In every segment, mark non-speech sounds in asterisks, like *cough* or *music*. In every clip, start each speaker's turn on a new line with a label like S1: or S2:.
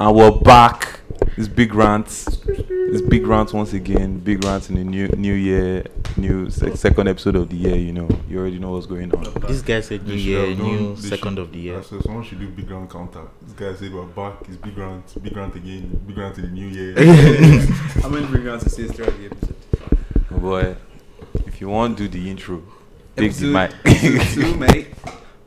S1: And we're back. It's Big Rants. It's Big Rants once again. Big Rants in the new new year, new se- second episode of the year, you know. You already know what's going on.
S2: This guy said new
S3: They should
S2: year,
S3: have done-
S2: new
S3: they
S2: second
S3: should-
S2: of the year.
S3: I said someone should do big round counter. This guy said we're back. It's big round, big round again, big round to the new
S1: *laughs*
S3: year.
S4: How many big rounds is this throughout the episode?
S1: But if you want to do the intro, take the
S4: episode,
S1: mic.
S4: episode two, mate.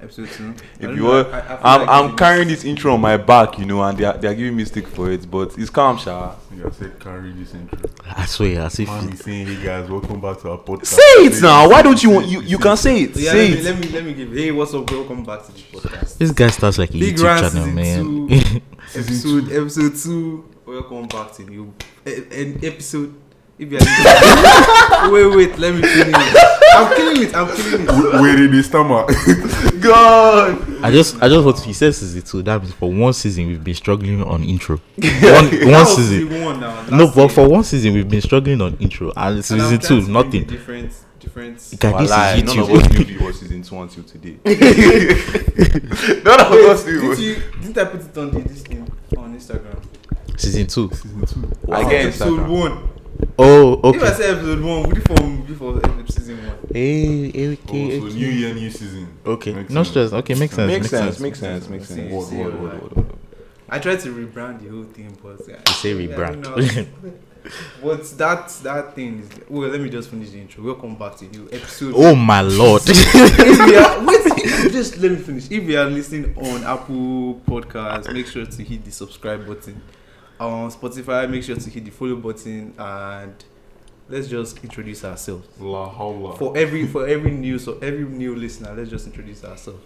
S4: Episode two.
S1: *laughs*
S4: I
S1: If
S4: don't
S1: you
S4: know,
S1: want,
S4: I- I feel
S1: I'm,
S4: like
S1: I'm
S4: it's-
S1: carrying this intro on my back, you know, and they are, they are giving me stick for it, but it's calm, Sha.
S3: I said carry this intro.
S2: I swear, as if
S3: Man, he's saying, hey guys, welcome back to our podcast.
S1: Say it now. Why don't you want you, you
S3: *laughs*
S1: can say it.
S4: Yeah,
S1: say
S4: let me,
S1: it.
S4: let me let me give. Hey, what's up? Welcome back to the podcast.
S2: this guy starts like a
S4: Big
S2: YouTube
S4: Rants
S2: channel,
S4: season
S2: man.
S4: two.
S3: Season
S4: Episode episode two. Welcome back to you. E, And episode. If you are
S1: *laughs*
S4: wait, wait, let me finish. I'm killing it. I'm killing it.
S3: Where did this
S1: *laughs*
S3: ah. stomach?
S1: God.
S2: *laughs* I just, I just what he says is it too. That means for one season we've been struggling on intro. One, one
S4: That was
S2: season.
S4: season one now.
S2: No,
S4: last
S2: but
S4: year.
S2: for one season we've been struggling on intro, and
S4: And I'm
S2: season
S4: trying
S2: two
S4: to bring
S2: nothing.
S4: Different, different.
S2: Guy, this
S1: Wallahi,
S2: is
S1: none of us
S2: YouTube.
S1: knew it was season two until today. *laughs* none of
S4: Wait,
S1: us knew.
S4: did you, didn't I put it on the, this thing on Instagram?
S2: *laughs* season two.
S3: Season two.
S1: I get
S4: episode
S1: Instagram.
S4: one.
S2: Oh,
S4: If I
S2: okay.
S4: say episode one, would you from before season one?
S2: Hey, hey,
S3: Oh,
S2: Eh, okay,
S3: so
S2: okay.
S3: new year, new season.
S2: Okay,
S3: Makes
S2: no
S3: sense.
S2: stress. Okay, makes sense.
S1: Makes
S2: Makes
S1: sense,
S2: sense.
S1: makes sense, makes sense.
S4: See,
S1: Word,
S4: see,
S1: word,
S4: all
S1: word,
S4: right.
S1: word, word.
S4: I tried to rebrand the whole thing, but yeah,
S2: say
S4: I don't
S2: rebrand.
S4: know. but that that thing is. Well, let me just finish the intro. Welcome back to you,
S2: *laughs*
S4: episode.
S2: Oh my lord.
S4: *laughs* If you are- wait, just let me finish. If you are listening on Apple Podcasts, make sure to hit the subscribe button. On Spotify, make sure to hit the follow button, and let's just introduce ourselves.
S3: La hawla.
S4: for every for every new so every new listener, let's just introduce ourselves.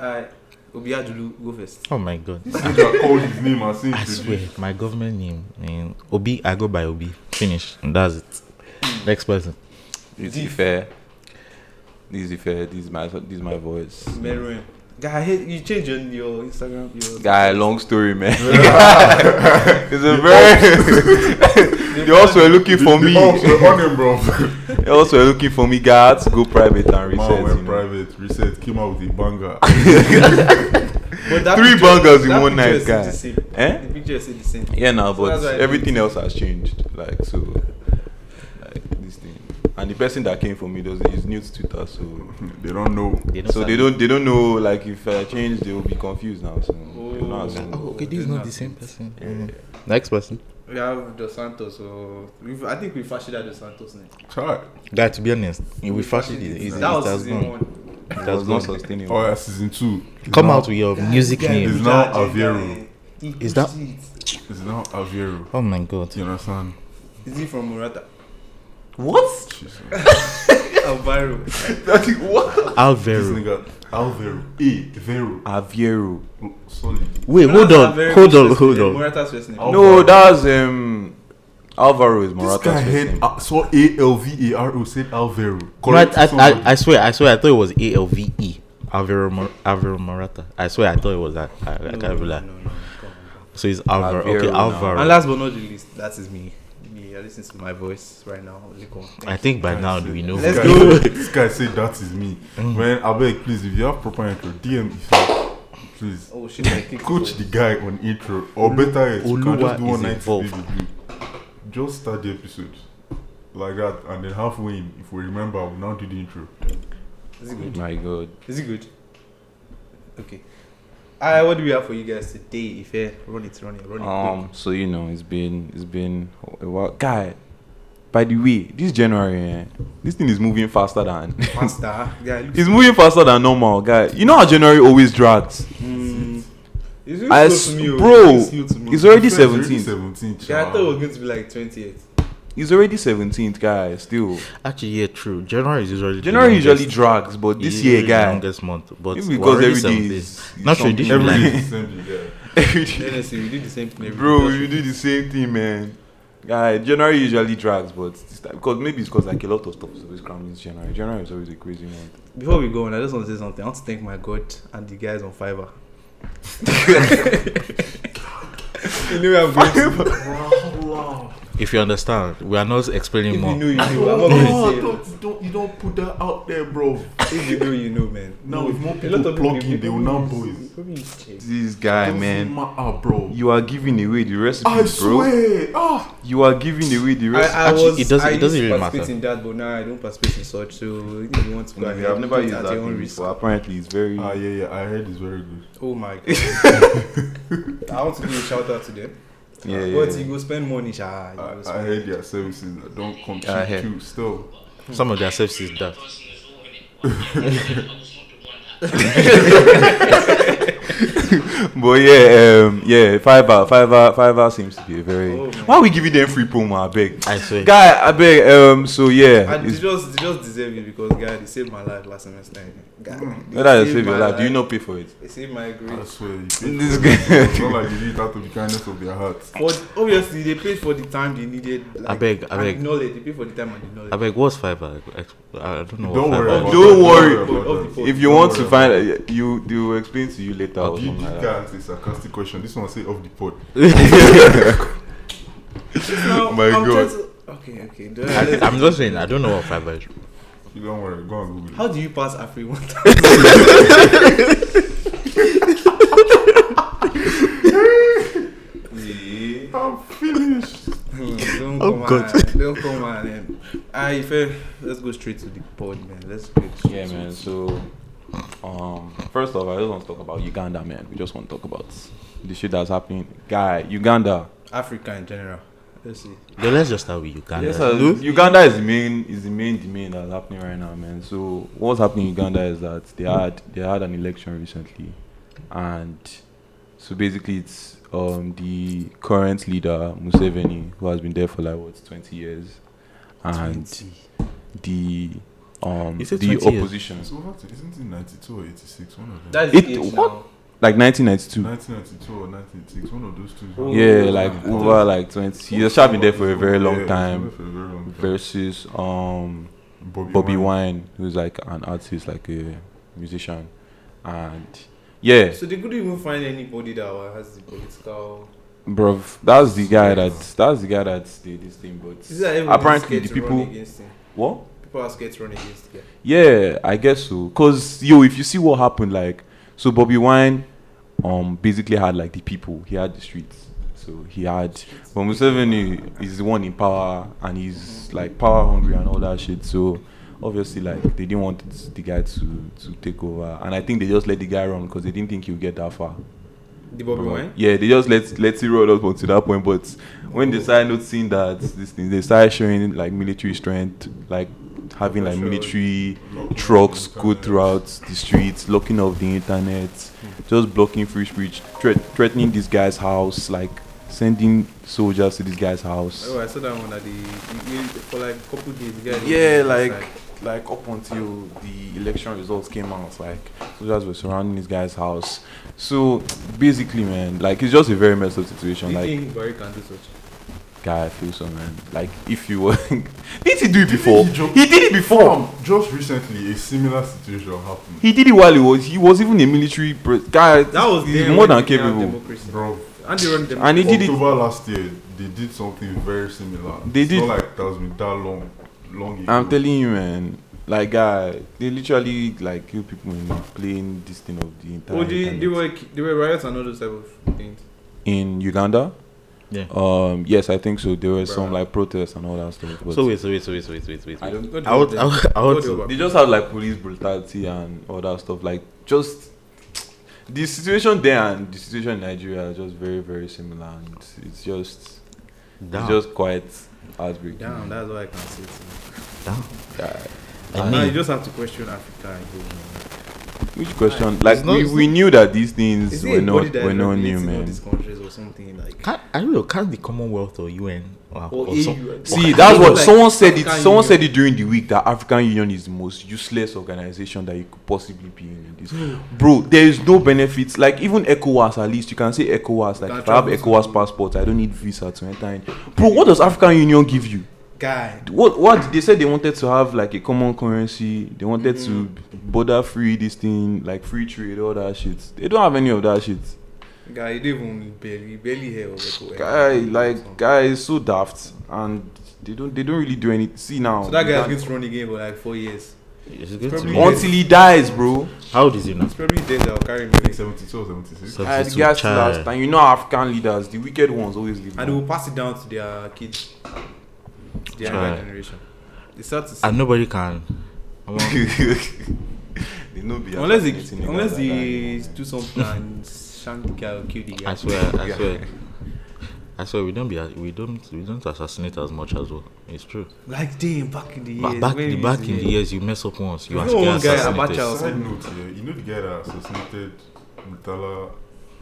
S4: Alright, Obiadulu, go first.
S2: Oh my god.
S3: This nigga called his name and said,
S2: I swear,
S3: introduce.
S2: my government name, man. Obi, I go by Obi. Finish. That's it. Next person.
S1: Is it fair? This is fair. This is my this is my voice.
S4: Meruem. Guy, I hate you change your, your Instagram. Your
S1: Guy, long story, man. *laughs* it's a very. *laughs* they also were looking for me.
S3: Oh, so on
S1: *laughs*
S3: him, bro.
S1: They also were looking for me. Guy, I had to go private and
S3: Man
S1: reset.
S3: went
S1: you know.
S3: private. Reset came out with a banger. *laughs*
S4: But that
S1: Three
S4: picture-
S1: bangers in
S4: that
S1: one
S4: picture
S1: night,
S4: is
S1: guy.
S4: The, same.
S1: Eh?
S4: the picture is the same.
S1: Yeah, now,
S4: So
S1: but
S4: that's why I
S1: everything
S4: did.
S1: else has changed. Like so, like this thing. And the person that came for me does is new to Twitter, so
S3: they don't know.
S1: so they don't they don't know. Like if I change, they will be confused now. So they don't know how to-
S2: Oh, okay, this is
S4: Didn't
S2: not the
S4: have
S2: same
S4: it.
S2: person. Mm. Next person.
S4: We have Dos Santos, so we've, I think we Fashida Dos Santos now.
S3: Try.
S2: Guy, to be honest, you will fashion it. It
S4: that
S2: it
S4: was
S2: has
S4: season
S2: gone.
S4: one.
S1: It
S2: It
S1: was
S2: has
S1: not
S2: gone.
S1: sustainable.
S3: Oh, yeah, season two.
S2: Come
S3: Now-
S2: out with your music
S4: Guy,
S2: name.
S3: It's now
S4: Guy, Guy,
S3: Aviero.
S4: Guy.
S2: Is that-
S3: It's now Aviero.
S2: Oh my god.
S3: You understand?
S4: Is he from Murata? *laughs* Oh,
S1: What?
S3: Jesus.
S4: Alvaro.
S1: what?
S3: This
S2: Alvaro.
S3: nigga, Alvero, E, Vero,
S1: Aviero.
S3: solid.
S2: Wait, hold
S4: Morata's
S2: on.
S4: Alvaro,
S2: Hold on,
S4: Murata's
S2: hold
S4: first name.
S2: on. Oh,
S4: Murata's first name.
S1: No, that's um Alvaro is
S3: This
S1: Morata's
S3: guy
S1: first
S3: had
S1: name.
S3: uh, saw A L V A R O said Alvero.
S2: Right,
S3: Correct.
S2: I,
S3: somebody.
S2: I, I swear, I swear, I thought it was A L V E. Alvaro Mor- Alvaro Morata. I swear, I thought it was that. I, I
S4: No,
S2: can't
S4: no,
S2: lie.
S4: no, no, come on.
S2: So it's Alvaro.
S1: Alvaro
S2: Okay,
S1: now.
S2: Alvaro.
S4: And last but not the least, that is me. Me, I listen to my voice right now. Oleko.
S2: I think by now we know.
S3: This
S4: Let's
S3: guy
S4: go.
S3: said- This guy said that is me.
S2: Mm.
S3: Man, I beg, please, if you have proper intro, DM me first. please.
S4: Oh shit! I kicked
S3: Coach the
S4: it.
S3: guy on intro, or better yet, you
S2: Mm.
S3: can
S2: Oluwa
S3: just do
S2: is
S3: one night stay
S2: involved.
S3: with you. Just start the episode like that, and then halfway in, if we remember, we'll now do the intro.
S4: Is it good?
S1: My God.
S4: Is it good? Okay. Alright, what do we have for you guys today? If you run it, run it, run it.
S1: Um. So you know, it's been it's been a while. Guy. By the way, this January, eh, this thing is moving faster than *laughs*
S4: quick. faster, guy. Look,
S1: it's moving faster than normal, guy. You know how January always drags.
S4: mm, it's really
S1: I
S4: slow
S1: s-
S4: to me, oh.
S1: bro,
S4: It's really slow to me.
S1: it's already
S3: It's already
S1: 17th.
S3: 17th.
S4: Yeah, I thought it
S3: child.
S4: was going to be like 28.
S1: It's already 17th, guy. Still,
S2: Actually, yeah, true. January is usually the
S1: January
S2: longest-
S1: usually drags, but this
S2: is
S1: year,
S2: the
S1: guy,
S2: longest month, but
S1: maybe
S2: we're
S1: because
S2: already
S1: every
S2: seven
S1: day
S2: days.
S1: is
S2: Not
S1: something
S2: traditional.
S3: Every
S1: different.
S3: day is the same, yeah.
S1: Every day. *laughs*
S4: Honestly, we did the same thing every
S1: Bro,
S4: day.
S1: you do the same thing, man. Guy, January usually drags, but this time, because maybe it's because like a lot of stuff is always crammed into January. January is always a crazy month.
S4: Before we go on, I just want to say something. I want to thank my God and the guys on Fiverr. *laughs* you know where I'm going to.
S3: Wow, wow.
S2: If you understand, we are not explaining
S4: If you
S2: more.
S4: know, you know. I'm
S3: No,
S4: not going to say.
S3: don't, don't, you don't put that out there, bro.
S4: If you know, you know, man.
S3: Now, if more
S4: A lot
S3: people
S4: of
S3: plug in, they will now
S4: people
S3: boys.
S4: use- people use change.
S1: This guy,
S3: Doesn't
S1: man.
S3: matter, bro.
S1: You are giving away the recipe,
S3: I
S1: bro.
S3: swear. Ah,
S1: You are giving away the recipe.
S4: I, I
S2: Actually,
S4: was,
S2: it doesn't-
S4: I
S2: it doesn't
S4: used to
S2: really
S4: participate
S2: matter.
S4: in that, but now I don't participate in such. So if you want to go ahead,
S1: I've never
S4: do it
S1: used
S4: at
S1: that
S4: your own
S1: thing
S4: risk.
S1: before. Apparently, it's very.
S3: ah, yeah, yeah. I heard it's very good.
S4: Oh my
S1: *laughs*
S4: god! I want to give a shout out to them.
S1: yeah, yeah. *laughs*
S4: But you go spend money, sha. You
S3: I,
S4: go
S3: I
S4: spend.
S3: heard their services that don't come cheap
S1: I heard.
S3: too. Still,
S2: Some of their services that.
S1: But yeah, um, yeah, Fiverr, Fiverr, Fiverr seems to be a very.
S4: Oh, man.
S1: Why we giving them free promo? I beg,
S2: I swear.
S1: guy, I beg. Um, so yeah,
S4: And they
S1: it's,
S4: just, they just deserve it because guy, they saved my life last semester. Guy, they
S1: Mm. whether you
S4: saved
S1: save your
S4: my
S1: life, do you not pay for it?
S4: They saved my grade.
S3: I swear. You paid
S1: This
S3: for
S1: guy-
S3: it. it's not like you did it out of the kindness of their heart.
S4: But obviously, they paid for the time they needed. Like,
S2: beg, I
S4: and
S2: beg.
S4: Knowledge. They paid for the time and the knowledge.
S2: I beg, what's Fiverr? I- I I don't know.
S3: Don't
S2: what
S1: Oh,
S2: Fiverr
S3: worry. about
S1: don't
S3: that.
S1: worry.
S3: about
S4: Of
S3: that.
S4: the
S1: If you
S3: Don't
S1: want to
S3: worry
S1: find,
S3: about
S1: uh, you they will explain to you later. Or
S3: You
S1: something
S3: did
S1: like that.
S3: guys a sarcastic question. This one say off the pod.
S4: Now,
S1: Oh My
S4: I'm
S1: God.
S4: trying to- okay, okay. do
S2: I,
S4: I-
S2: I'm just saying, I don't know what Fiverr is.
S3: You don't worry. Go and Google
S4: How
S3: it.
S4: do you pass Afri
S1: *laughs*
S4: one time?
S3: I'm finished.
S4: Hmm, don't
S2: Oh,
S4: come
S2: God.
S4: on, don't come on. Um, I fair. Let's go straight to the pod, man. Let's go. Straight
S1: Yeah,
S4: to
S1: man. So, um, first off, I just want to talk about Uganda, man. We just want to talk about the shit that's happening, guy. Uganda.
S4: Africa in general. Let's see.
S2: Yo, let's just start with Uganda.
S1: Yes, sir. Uganda is the main is the main domain that's happening right now, man. So what's happening in Uganda is that they had they had an election recently, and so basically it's um the current leader Museveni who has been there for like what twenty years, and
S4: 20.
S1: the um
S2: You said
S1: the
S2: 20 years?
S1: opposition
S3: It's over to, isn't it 92 or 86? One of them.
S4: That's
S1: It-
S4: it.
S1: what?
S4: Now.
S1: like nineteen ninety two.
S3: 1992 or 1986, one of those two.
S4: Oh,
S1: Yeah, like
S3: Yeah.
S1: over like twenty. He's actually been there for a very
S3: Yeah,
S1: long
S3: it's been
S1: time.
S3: there for a very long time.
S1: Versus um Bobby Wine, who's like an artist, like a musician, and yeah,
S4: So they couldn't even find anybody that wa- has the political.
S1: bruv, that's the guy that that's the guy that did this thing. But
S4: These are everyone
S1: Apparently,
S4: scared
S1: the
S4: to run
S1: people-
S4: against him.
S1: what?
S4: People are scared to run against him.
S1: Yeah, I guess so. Cause yo, if you see what happened, like so, Bobby Wine, um, basically had like the people. He had the streets. So he had, but Museveni is the one in power, and he's like power hungry and all that shit. So obviously, like they didn't want this- the guy to to take over, and I think they just let the guy run because they didn't think he would get that far.
S4: The Bobby
S1: But,
S4: Wine.
S1: Yeah, they just let let it roll up until that point. But when they started noticing that this thing, they started showing like military strength, like having like
S4: Sure.
S1: military trucks go throughout the streets, locking off the internet, just blocking free speech, threat threatening this guy's house, like sending soldiers to this guy's house.
S4: Oh, I saw that one at the, the- the- for like a couple days. the guy-
S1: Yeah, like like up until the election results came out, like soldiers were surrounding this guy's house. So basically, man, like it's just a very messed up
S4: Do
S1: situation.
S4: you
S1: Like
S4: think Barry can do such?
S1: guy I feel so man like if you were *laughs* did he do it before
S3: He
S1: he did it before
S3: Um, just recently, a similar situation happened.
S1: he did it while he was he was even a military pre- guy
S4: That was
S1: he's
S4: them
S1: more
S4: when
S1: than
S4: they didn't have
S1: capable
S4: democracy.
S3: Bro,
S4: And they run them.
S1: and he did it
S3: October last year, they did something very similar.
S1: They
S3: it's
S1: did.
S3: Not like that has been that long, long ago.
S1: I'm telling you man like guy they literally like kill people in playing this thing of the entire
S4: Oh, they, they
S1: internet.
S4: were they were riots and all those type of things.
S1: in Uganda
S2: Yeah.
S1: um yes I think so there were some
S4: Bruh.
S1: like protests and all that stuff but
S2: So wait, so wait, so wait, so wait, so wait, so wait.
S1: I don't
S4: What
S2: I would,
S4: do
S2: I would, I
S4: What
S2: would
S4: do you
S1: They just have like police brutality and all that stuff. Like just the situation there and the situation in Nigeria are just very very similar, and it's just
S2: down,
S1: it's just quite heartbreaking.
S4: Damn, that's all I can say. To
S2: down.
S1: Yeah.
S2: I
S4: now
S2: mean,
S4: you just have to question Africa. And go,
S1: Which question? Like
S2: It's not-
S1: we,
S2: it's
S1: we knew that these things
S4: Is
S1: were
S4: there a body
S1: not
S4: that
S1: were not new,
S4: regulates in all
S1: man.
S4: these countries or something like?
S2: can't, I don't know, can't the Commonwealth or UN or,
S4: Or
S2: or some-
S4: EU.
S1: See, that's what
S4: Like,
S1: someone said. It
S4: African
S1: someone
S4: Union.
S1: said it during the week that African Union is the most useless organization that you could possibly be in. in this, bro, there is no benefits. Like even ECOWAS, at least you can say ECOWAS.
S4: can
S1: Like if I have
S4: travel to-
S1: ECOWAS passport, I don't need visa to enter in. Bro, what does African Union give you?
S4: Guy,
S1: What what they said they wanted to have like a common currency. They wanted to border free this thing, like free trade, all that shit. They don't have any of that shit.
S4: Guy, you don't even barely, barely hair or record.
S1: Guy, like guy is so daft and they don't they don't really do anything. See now.
S4: So that guy is going to run again for like four years.
S2: It's good to
S4: Probably-
S2: me.
S4: On-
S1: until he dies, bro.
S2: How old is he now?
S4: It's probably dead that will carry him next.
S3: 72 or 76.
S2: So-
S1: Guy, the
S2: Substitute
S1: guys
S2: child.
S1: last and you know African leaders, the wicked ones always leave.
S4: And they will pass it down to their kids, their
S2: Try.
S4: younger generation. It's sad to see.
S2: And nobody can.
S1: they no be
S4: Unless they,
S1: assassinating
S4: unless
S1: niggas
S4: they
S1: like that.
S4: do *laughs* something and shank the guy or kill the guy.
S2: I swear, I swear. I swear we don't be we don't we don't assassinate as much as well. It's true.
S4: Like damn, back in the
S2: But
S4: years.
S2: back
S4: when
S2: the
S4: we
S2: back
S4: used to
S2: in the
S4: hear-
S2: years you mess up once, you
S4: You
S2: are
S4: know one
S2: get
S4: guy, Abacha
S2: assassinated.
S4: or
S3: Side
S4: something.
S3: note here, you know the guy that assassinated Mutala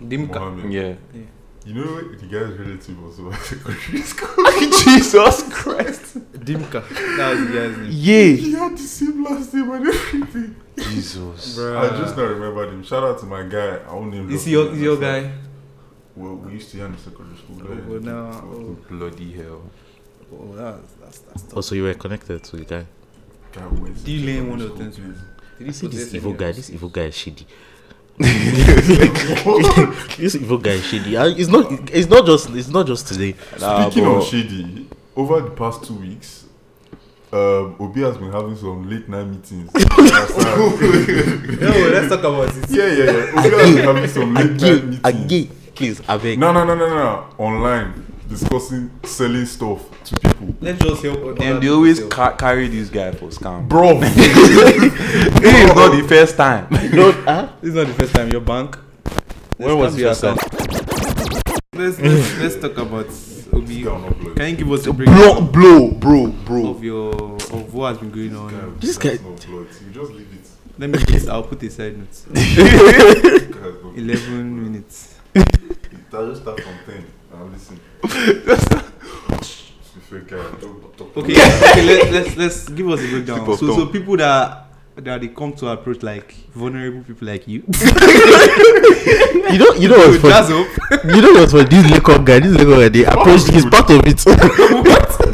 S4: Dimka.
S3: Mohammed?
S1: Yeah.
S3: You know the guy's relative also *laughs* at the country school.
S1: Jesus Christ.
S4: Dimka. *laughs* That was the guy's name.
S1: Yeah.
S3: He had the same last name and everything.
S1: Jesus.
S3: I just now remembered him. Shout out to my guy. I won't name drop
S4: Is he your,
S3: him.
S4: is your guy?
S3: Well, we used to be in the secondary school.
S4: Oh,
S3: right?
S4: well, now-
S3: So,
S1: Bloody hell.
S4: Oh, that's that's that's tough.
S2: Also, you were connected to the guy.
S3: guy went to
S4: Do you learn one
S3: secondary
S4: of the
S3: school,
S4: things, man? Did
S2: I see this evil guy. This evil guy is shady.
S3: please.
S2: this evil guy is shady. And It's not. It's not just. It's not just today.
S1: Nah,
S3: Speaking
S1: but-
S3: of shady, over the past two weeks, um, Obi has been having some late
S2: *laughs*
S3: night meetings. *laughs*
S4: No, let's talk about it.
S3: yeah, yeah, yeah. Obi has been having some late night
S2: Again,
S3: meetings.
S2: again, please, I beg.
S3: No, no, no, no, no, no. Online, discussing selling stuff to people.
S4: Let's just help. other
S1: And they
S4: people
S1: always
S4: sell.
S1: ca- carry this guy for scam.
S2: *laughs*
S3: Bro,
S1: This is not the first time.
S2: No, huh?
S4: This is not the first time. Your bank.
S2: When was the first time?
S4: Let's let's, let's talk about Obi.
S3: Down on blood.
S4: Can you give us a
S1: Blow,
S4: breakdown
S1: blow, bro, bro.
S4: of your of what has been going on?
S2: This guy-
S3: Down on blood. You just leave it.
S4: Let me just I'll put a side note.
S3: This guy has no-
S4: Eleven minutes.
S3: That just start from ten. Now
S2: *laughs*
S3: listen. If you can, don't talk
S4: Okay, okay. Let, let's let's give us a breakdown.
S1: Slip of
S4: So so
S1: tongue.
S4: people that that they come to approach like vulnerable people like you.
S2: You know, you know
S4: So
S2: what's funny.
S4: jazz up.
S2: You know what's funny. This Lekon guy, this Lekon guy, they approached. He's part of it. *laughs*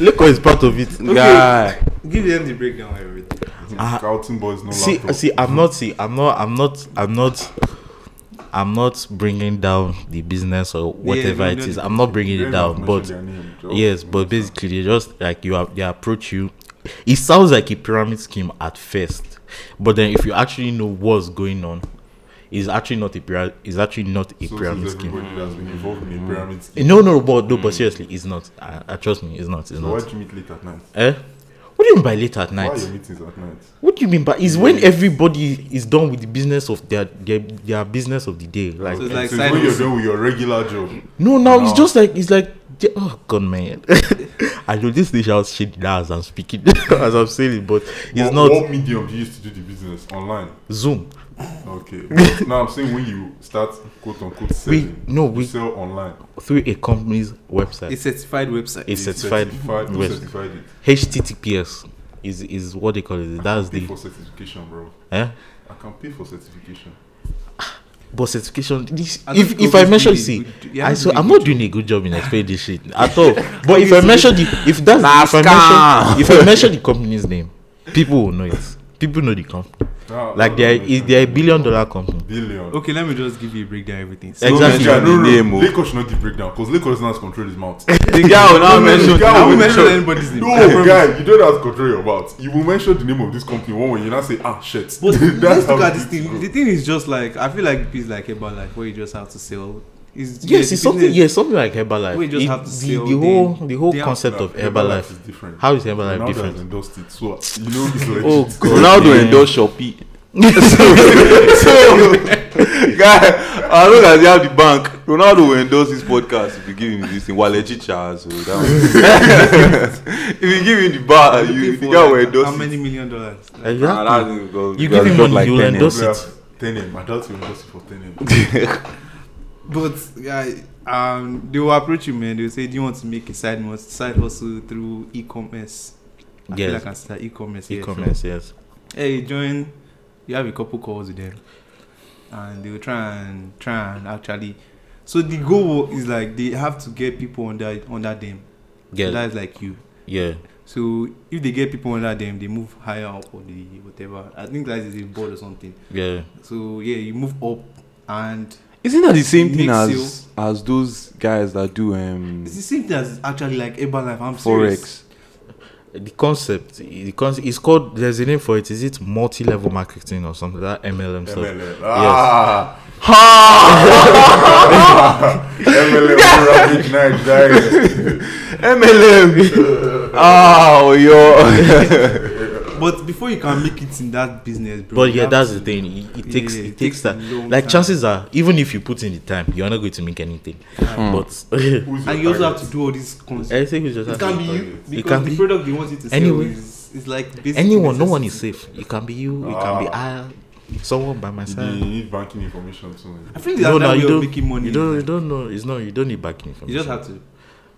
S2: Lekon is part of it.
S1: Guy.
S4: *laughs* Give them the breakdown of everything.
S2: Ah.
S3: Carlton boys no
S2: see
S3: laptop.
S2: see i'm not see i'm not i'm not i'm not i'm not bringing down the business or whatever
S4: we
S2: it
S4: know
S2: is
S4: the-
S2: i'm not bringing
S3: You
S2: it
S3: don't
S2: down
S3: mention
S2: but
S3: their name, just-
S2: yes but basically they just like you have they approach you it sounds like a pyramid scheme at first but then if you actually know what's going on it's actually not a pyramid it's actually not a
S3: So
S2: pyramid
S3: does
S2: scheme Mm-hmm.
S3: everybody that's been involved in a pyramid scheme.
S2: no no but no but seriously it's not uh, uh, trust me it's not it's
S3: So why
S2: not
S3: do you meet late at night?
S2: eh what do you mean by late at
S3: Why
S2: night
S3: are your meetings at night?
S2: What do you mean by is when everybody is done with the business of their their, their business of the day? Like
S4: So it's like
S3: so
S4: side
S3: when you're
S4: hustle.
S3: done with your regular job.
S2: no, now it's just like it's like the- oh god man. *laughs* I know this nation was shit now as I'm speaking *laughs* as I'm saying it, but it's
S3: what,
S2: not
S3: What medium do you used to do the business online?
S2: Zoom.
S3: Okay.
S2: *laughs*
S3: But now I'm saying when you start quote unquote
S2: We
S3: selling,
S2: no
S3: you
S2: we
S3: sell online.
S2: through a company's website.
S4: A certified website.
S2: a
S3: You
S2: certified
S3: certified, you
S2: website.
S3: certified it.
S2: HTTPS is is what they call it. That's
S3: Pay
S2: the
S3: for certification, bro.
S2: eh?
S3: I can pay for certification.
S2: But certification. This,
S4: I
S2: if
S4: think
S2: if I
S4: Google's
S2: mention
S4: doing a
S2: see,
S4: good- yeah,
S2: I so
S4: doing a
S2: I'm
S4: good
S2: not doing a good
S4: *laughs*
S2: job in explaining this shit at all. But if I
S4: Obviously.
S2: mention the if that's
S1: Nah,
S2: if I mention if I
S4: *laughs*
S2: mention the company's name, people will know it. People know the company.
S3: Now,
S2: Like they're
S4: Oh,
S2: is they're a billion dollar company.
S3: billion.
S4: Okay, let me just give you a breakdown of everything.
S1: *laughs*
S4: So,
S2: Ex- Exactly.
S1: No mention
S3: No, no,
S1: the name,
S3: no.
S1: oh.
S3: Leko should not give breakdown because Leko doesn't have to control his mouth.
S1: The guy will now
S3: No, no, the
S1: mention.
S3: guy
S1: I
S3: will
S1: will
S3: mention-
S1: mention-
S4: anybody's name. I
S3: No, *laughs*
S4: promise.
S3: guy, you don't have to control your mouth. You will mention the name of this company one way, you now say, ah, shit. *laughs*
S4: But let's look
S3: how
S4: at
S3: it
S4: this
S3: is,
S4: thing.
S3: bro.
S4: The thing is just like I feel like it's like about like where you just have to sell. It's,
S2: Yes, it's something.
S4: business.
S2: Yes, something like Herbalife.
S4: We just
S2: It-
S4: have to
S2: the,
S4: sell
S2: the whole
S4: the-
S2: the whole
S4: the app.
S2: concept
S3: Now,
S2: of Herbalife.
S3: is different.
S2: How is Herbalife
S3: Ronaldo
S2: different?
S3: has endorsed it, so you know
S4: *laughs*
S3: it's legit.
S2: Oh god,
S1: Ronaldo
S2: man.
S1: endorsed Shopee. *laughs* so, guy, I look as you have the bank. Ronaldo will endorse this podcast if you give him this thing. While legit charge, so that one. *laughs* if you give him the bar,
S4: You're
S1: you,
S4: looking
S1: the
S4: for,
S1: guy will
S4: like,
S1: endorse
S4: How
S1: it.
S4: many million dollars?
S1: Nah,
S2: Exactly.
S1: that's it, because-
S2: You
S1: because
S2: give him
S1: it's not
S2: money, he will
S1: 10M.
S2: endorse
S3: Player,
S2: it.
S3: 10 M. I doubt you endorsed it for 10 M.
S4: But guy, um, they will approach you, man. They will say, "Do you want to make a side mus- side hustle through e-commerce?" I feel
S2: Yes.
S4: like I start e-commerce. here,
S2: E-commerce, yes.
S4: so- Hey, join. You have a couple calls with them, and they will try and try and actually. So the goal is like they have to get people under under them. So
S2: Yeah,
S4: That is like you.
S2: yeah.
S4: So if they get people under them, they move higher up or the whatever. I think that is a board or something.
S2: Yeah.
S4: So yeah, you move up and
S1: *laughs* Isn't that the same thing
S4: Makes
S1: as
S4: you-
S1: as those guys that do um
S4: It's the same thing as actually like Herbalife. I'm serious.
S1: forex?
S2: the concept the concept is called there's a name for it is it multi-level marketing or something that mlm stuff
S3: MLM. Ah!
S1: *laughs*
S4: *laughs*
S3: MLM rabbit night diet.
S1: MLM. oh yo.
S4: But before you can make it in that business, bro.
S2: but
S4: you
S2: yeah
S4: have
S2: that's the
S4: to-
S2: thing it, it
S4: Yeah,
S2: takes
S4: it
S2: it
S4: takes
S2: takes
S4: a
S2: that
S4: long
S2: like
S4: time.
S2: chances are even if you put in the time you're not going to make anything but *laughs*
S3: Who's
S4: And
S3: your
S4: you also have
S3: target?
S4: to do all these concepts.
S2: I think it's just
S4: It can be
S3: to-
S4: you
S3: It
S4: because
S2: can
S4: the
S2: be
S4: product they want you to sell
S2: anyone.
S4: is, is Ah. like basic
S2: anyone no one is
S4: necessity.
S2: safe it can be you it can be I someone by my
S3: You
S2: side
S3: need banking information too.
S4: I feel that's
S2: no, no,
S4: that
S2: you
S4: way of
S2: don't.
S4: making money.
S2: You don't. You don't know. It's not. You don't need backing information.
S4: You just have to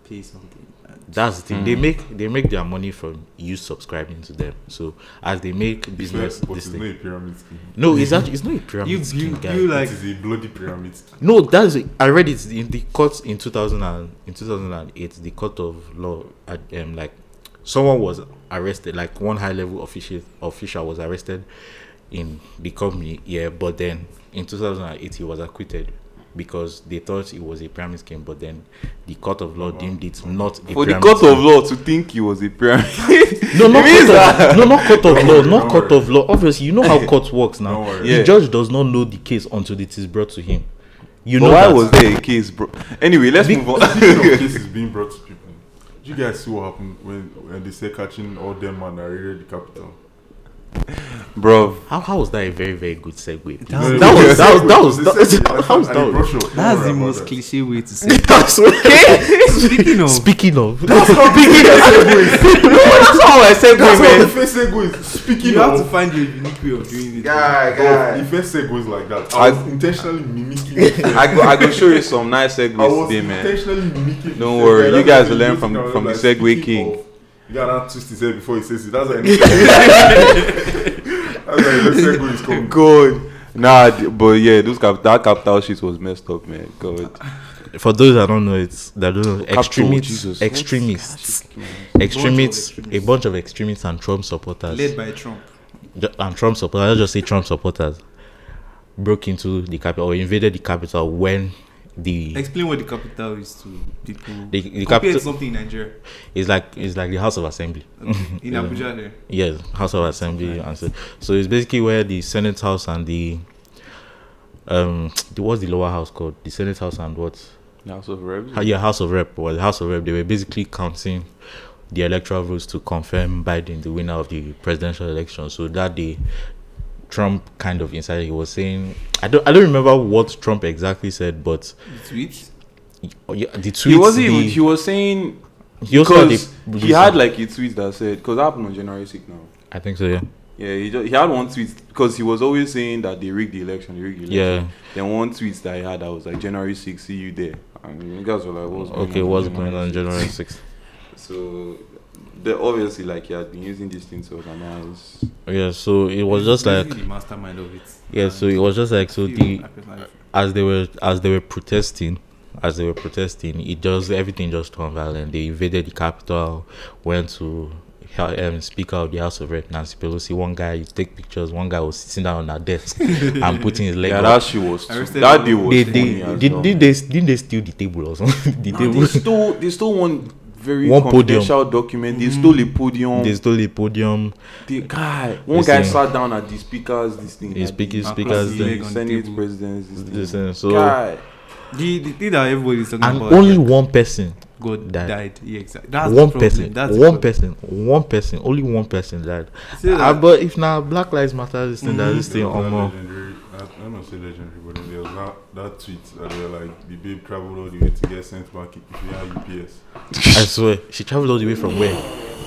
S4: pay something.
S2: That's the thing.
S4: Hmm.
S2: They make they make their money from you subscribing to them. So as they make business,
S3: But
S2: this
S3: it's
S2: thing.
S3: not a pyramid scheme.
S2: No, it's actually it's not a
S4: You
S2: pyramid scheme,
S4: build,
S2: guy.
S4: you like
S3: It is a bloody pyramid scheme.
S2: no, that's I read it in the court in two thousand and in two thousand and eight. The court of law, uh, um, like someone was arrested, like one high level official official was arrested in the company. Yeah, but then in two thousand and eight, he was acquitted because they thought it was a pyramid scheme. But then the court of
S4: Oh,
S2: law deemed it not a
S1: For the
S2: pyramid
S1: court
S2: scheme.
S1: of law to think he was a pyramid.
S2: No, not
S1: means
S2: court of, no, not court of law,
S3: Don't
S2: not court
S3: worry.
S2: of law. Obviously, you know how court works now.
S3: Don't worry.
S2: The
S1: Yeah.
S2: judge does not know the case until it is brought to him. You
S1: but
S2: know
S1: why
S2: that.
S1: was there a case, bro? Anyway, let's
S2: Be-
S1: move on. *laughs*
S3: Speaking of cases being brought to people, did you guys see what happened when, when they say catching all them and raided the capital?
S1: bro,
S2: how, how was that a very very good segue?
S4: That
S3: No,
S4: was-
S3: it
S2: that
S3: a
S2: was- that was- that was-
S3: segue.
S2: that
S3: It's a
S2: was-
S3: segue.
S2: *laughs* how was
S3: And it
S2: that
S3: brought you up. Don't
S4: That's
S3: worry
S4: the
S3: about
S4: most
S3: that.
S4: cliche way to say.
S2: *laughs* That's okay.
S4: Speaking
S2: *laughs*
S4: of,
S2: Speaking of, *laughs*
S1: that's how I said,
S3: That's
S1: man.
S3: how the first segue is. Speaking
S4: you have to
S3: of,
S4: find your unique way of doing it.
S3: guy, guy. the first segue is like that. I
S1: I-
S3: was intentionally mimicking. it.
S1: I go, I go show you some nice
S3: I was
S1: segues today, man.
S3: intentionally mimicking. it.
S1: Don't worry,
S3: That's
S1: you guys
S3: why
S1: will
S3: the
S1: learn from-
S3: music now
S1: from the
S3: is
S1: segue
S3: speaking
S1: king.
S3: of- You gotta twist his head before he says it. That's how any- That's *laughs* how the first segue is
S1: *laughs*
S3: coming.
S1: Good. Nah, d- but yeah, those cap- that capital shit was messed up, man. God.
S2: for those that don't know, it's that don't know,
S1: Jesus.
S2: extremists, extremists, extremists,
S4: Bunch of
S2: a bunch of extremists and Trump supporters,
S4: Led by Trump.
S2: Ju- and Trump supporters. Let's just say Trump supporters broke into the capital or invaded the capital when the
S4: Explain what the capital is to people.
S2: The- the
S4: Compare it to
S2: capital-
S4: something in Nigeria,
S2: It's like it's like the House of Assembly.
S4: okay. in
S2: Yeah.
S4: Abuja here.
S2: Yes, House of Assembly and so, so it's basically where the Senate House and the um the- what's the lower house called? The Senate House and what?
S1: House of Reps.
S2: Ah, Yeah, House of Rep. Well, the House of Rep. They were basically counting the electoral votes to confirm Biden the winner of the presidential election. So that day, Trump kind of inside. He was saying, I don't I don't remember what Trump exactly said, but
S4: The tweets.
S2: oh, yeah, the tweets.
S1: He wasn't
S2: the,
S1: even, he was saying,
S2: he also had
S1: because
S2: a-
S1: he had like a tweet that said, because that happened on January 6th now.
S2: I think so. Yeah.
S1: Yeah, he, just, he had one tweet because he was always saying that they rigged the election, they rigged the election.
S2: Yeah.
S1: Then one tweet that I had, I was like, January 6th, see you there. And you guys were like, what's going
S2: Okay.
S1: on?
S2: What's going on January sixth?
S1: So, they obviously, like, he had been using this thing to organize.
S2: Yeah, so it was just
S4: Basically
S2: like
S4: the mastermind of it.
S2: yeah, so it was just like so the
S4: I personally feel-
S2: as they were as they were protesting, as they were protesting, it just everything just turned violent. They invaded the capital, went to hel- um, Speaker of the House of Rep Nancy Pelosi. One guy you take pictures. One guy was sitting down on
S1: *laughs*
S2: her desk and putting his leg.
S1: yeah,
S2: up.
S1: that shit was. Too,
S4: Arrested
S1: that day
S4: him.
S1: was.
S2: they,
S1: funny
S2: they,
S1: as
S2: did,
S1: well, man.
S2: did they didn't they steal the table or something? *laughs* the
S1: Nah, they
S2: table.
S1: stole, they stole one very
S2: One podium.
S1: confidential document. They stole a podium.
S2: They stole the podium.
S1: the guy, one
S2: This
S1: guy
S2: thing.
S1: sat down at the speakers, this thing.
S2: The
S1: at
S2: speakers-
S1: the-
S2: speakers
S1: the
S4: thing.
S1: Senate
S4: Table.
S1: presidents, this thing.
S2: This thing, so-
S1: Guy.
S4: The, the thing that everybody is talking
S2: And
S4: about.
S2: only
S4: like,
S2: one person
S4: God
S2: died.
S4: died. Yeah, exactly. That's the
S2: one
S4: problem.
S2: person,
S4: That's the
S2: one
S4: problem.
S2: person, one person, only one person died.
S4: See
S2: Ah,
S4: that?
S2: but if now Black Lives Matter this thing,
S1: Mm-hmm.
S2: that
S4: Mhm.
S2: this thing,
S3: There was that
S2: omo.
S3: legendary- I I don't know say legendary, but there was that, that tweet that they were like, the babe traveled all the way to get sent back if you had UPS.
S2: I swear, she traveled all the way from where?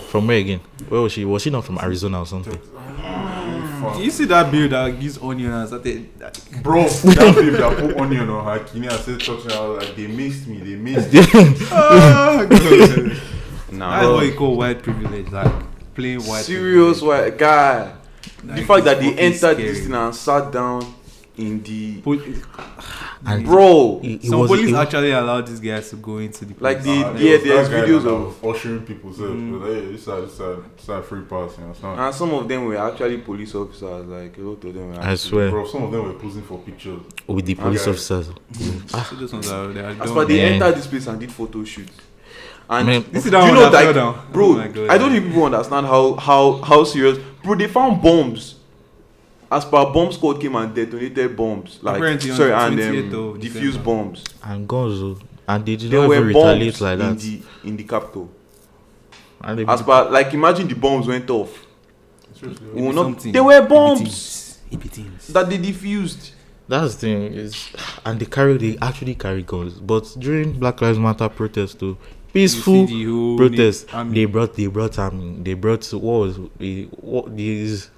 S2: From where again? Where was she? Was she not from Arizona or something?
S1: Mm.
S4: Do you see that bill that gives onion and started?
S1: *laughs*
S3: Bro, that babe that put onion on her kidney and said something, I was like, they missed me, they missed me.
S4: Ah, God.
S1: Nah,
S4: That's
S1: bro.
S2: Oh.
S4: what you call white privilege, like plain white.
S1: serious
S4: privilege.
S1: white guy.
S4: Like,
S1: the fact
S4: it's
S1: that they
S4: fucking
S1: entered
S4: scary.
S1: this thing and sat down in the
S4: Po-
S2: And
S1: bro.
S2: it, it
S4: Some
S2: was,
S4: police
S2: it,
S4: actually allowed these guys to go into the
S1: Like
S4: place.
S1: the-
S3: Ah,
S1: yeah,
S3: was
S1: there's
S3: that guy
S1: videos
S3: that
S1: of- Mm.
S3: was ushering people. So hey, this side, this side, this side free pass. You understand?
S1: And some of them were actually police officers. Like a lot of them were.
S2: I
S1: actually-
S2: swear,
S3: Bro, some of them were posing for pictures.
S2: with the police
S3: Okay.
S2: officers.
S4: Ah. So those ones are, they are
S1: As
S4: done.
S1: far they
S2: Yeah.
S1: entered this place and did photo shoots. And
S2: Man,
S4: This
S1: do
S4: is that
S1: you
S4: one
S1: know
S4: that fell
S1: like,
S4: down. Oh
S1: bro?
S4: my God.
S1: I don't think people understand how how how serious, bro. They found bombs. As per bomb squad came and detonated bombs, like
S4: Apparently on
S1: sorry,
S4: the
S1: and
S4: 28th
S1: um,
S4: of
S1: defused
S4: December.
S1: bombs.
S2: And guns, oh. and they did
S1: There
S2: not even
S1: were bombs
S2: retaliate like
S1: in
S2: that.
S1: the in the capital.
S2: and they,
S1: As per like, imagine the bombs went off.
S3: Seriously.
S1: We will
S4: Maybe
S1: not-
S4: something.
S1: They were
S4: Maybe
S1: bombs
S4: things. Maybe things.
S1: that they defused.
S2: that's the thing is, and they carry they actually carry guns. But during Black Lives Matter protest, too, peaceful
S4: You see the whole
S2: protest.
S4: na- army.
S2: They brought they brought um they brought what was the what these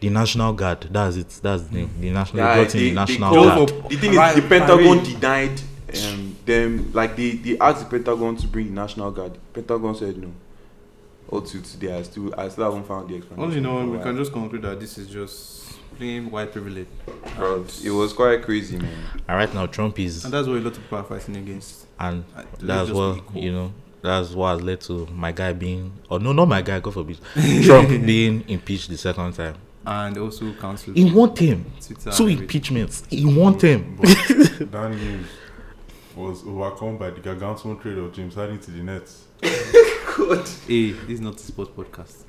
S2: the National Guard. That's it. That's the name. The national
S1: Yeah,
S2: they brought in
S1: they-
S2: the
S1: they
S2: National
S1: called
S2: Guard.
S4: for-
S1: The thing is,
S4: Right,
S1: the Pentagon
S4: parade.
S1: denied um, them, like they, they asked the Pentagon to bring the National Guard. The Pentagon said no. Or to today, I still, I still haven't found the explanation.
S4: All in all, we
S1: Wow.
S4: can just conclude that this is just plain white privilege.
S1: Bro, it was quite crazy, man.
S2: And right now Trump is
S4: And that's what a lot of people are fighting against.
S2: and
S4: Uh, let's
S2: that's
S4: just
S2: what
S4: be cool.
S2: you know. That's what has led to my guy being or no not my guy. God forbid Trump being impeached the second time
S4: And also cancelled
S2: in one term. Two
S4: Twitter. and everything.
S2: impeachments in one term.
S1: *laughs*
S3: But that news was overcome by the gargantuan trade of James Harden to the Nets.
S4: Hey, this is not a sports podcast.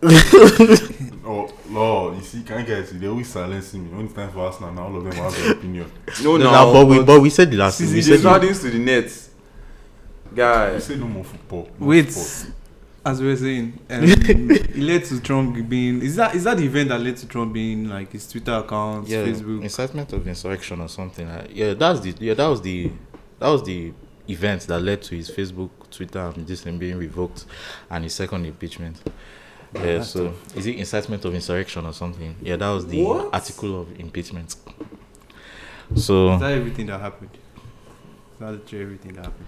S3: Oh, Lord, you see, can guys, they always silencing me. When it's time for Arsenal, now all of them have their opinion.
S1: No, no.
S2: No, but we but we said the last thing.
S1: since
S2: We
S1: he
S2: said
S1: just
S2: the-
S1: adding to the Nets,
S3: You
S1: guys.
S3: say no more football. no
S4: Wait,
S3: sport.
S4: as we were saying,
S2: *laughs*
S4: um, it led to Trump being. Is that is that the event that led to Trump being like his Twitter account,
S2: yeah,
S4: Facebook?
S2: incitement of insurrection or something. Like, yeah, that's the yeah that was the that was the event that led to his Facebook, Twitter, and this thing being revoked, and his second impeachment. Yeah,
S4: that's
S2: so is it incitement of insurrection or something? Yeah, that was the
S1: What?
S2: article of impeachment. So
S4: Is that everything that happened? Is that literally everything that happened?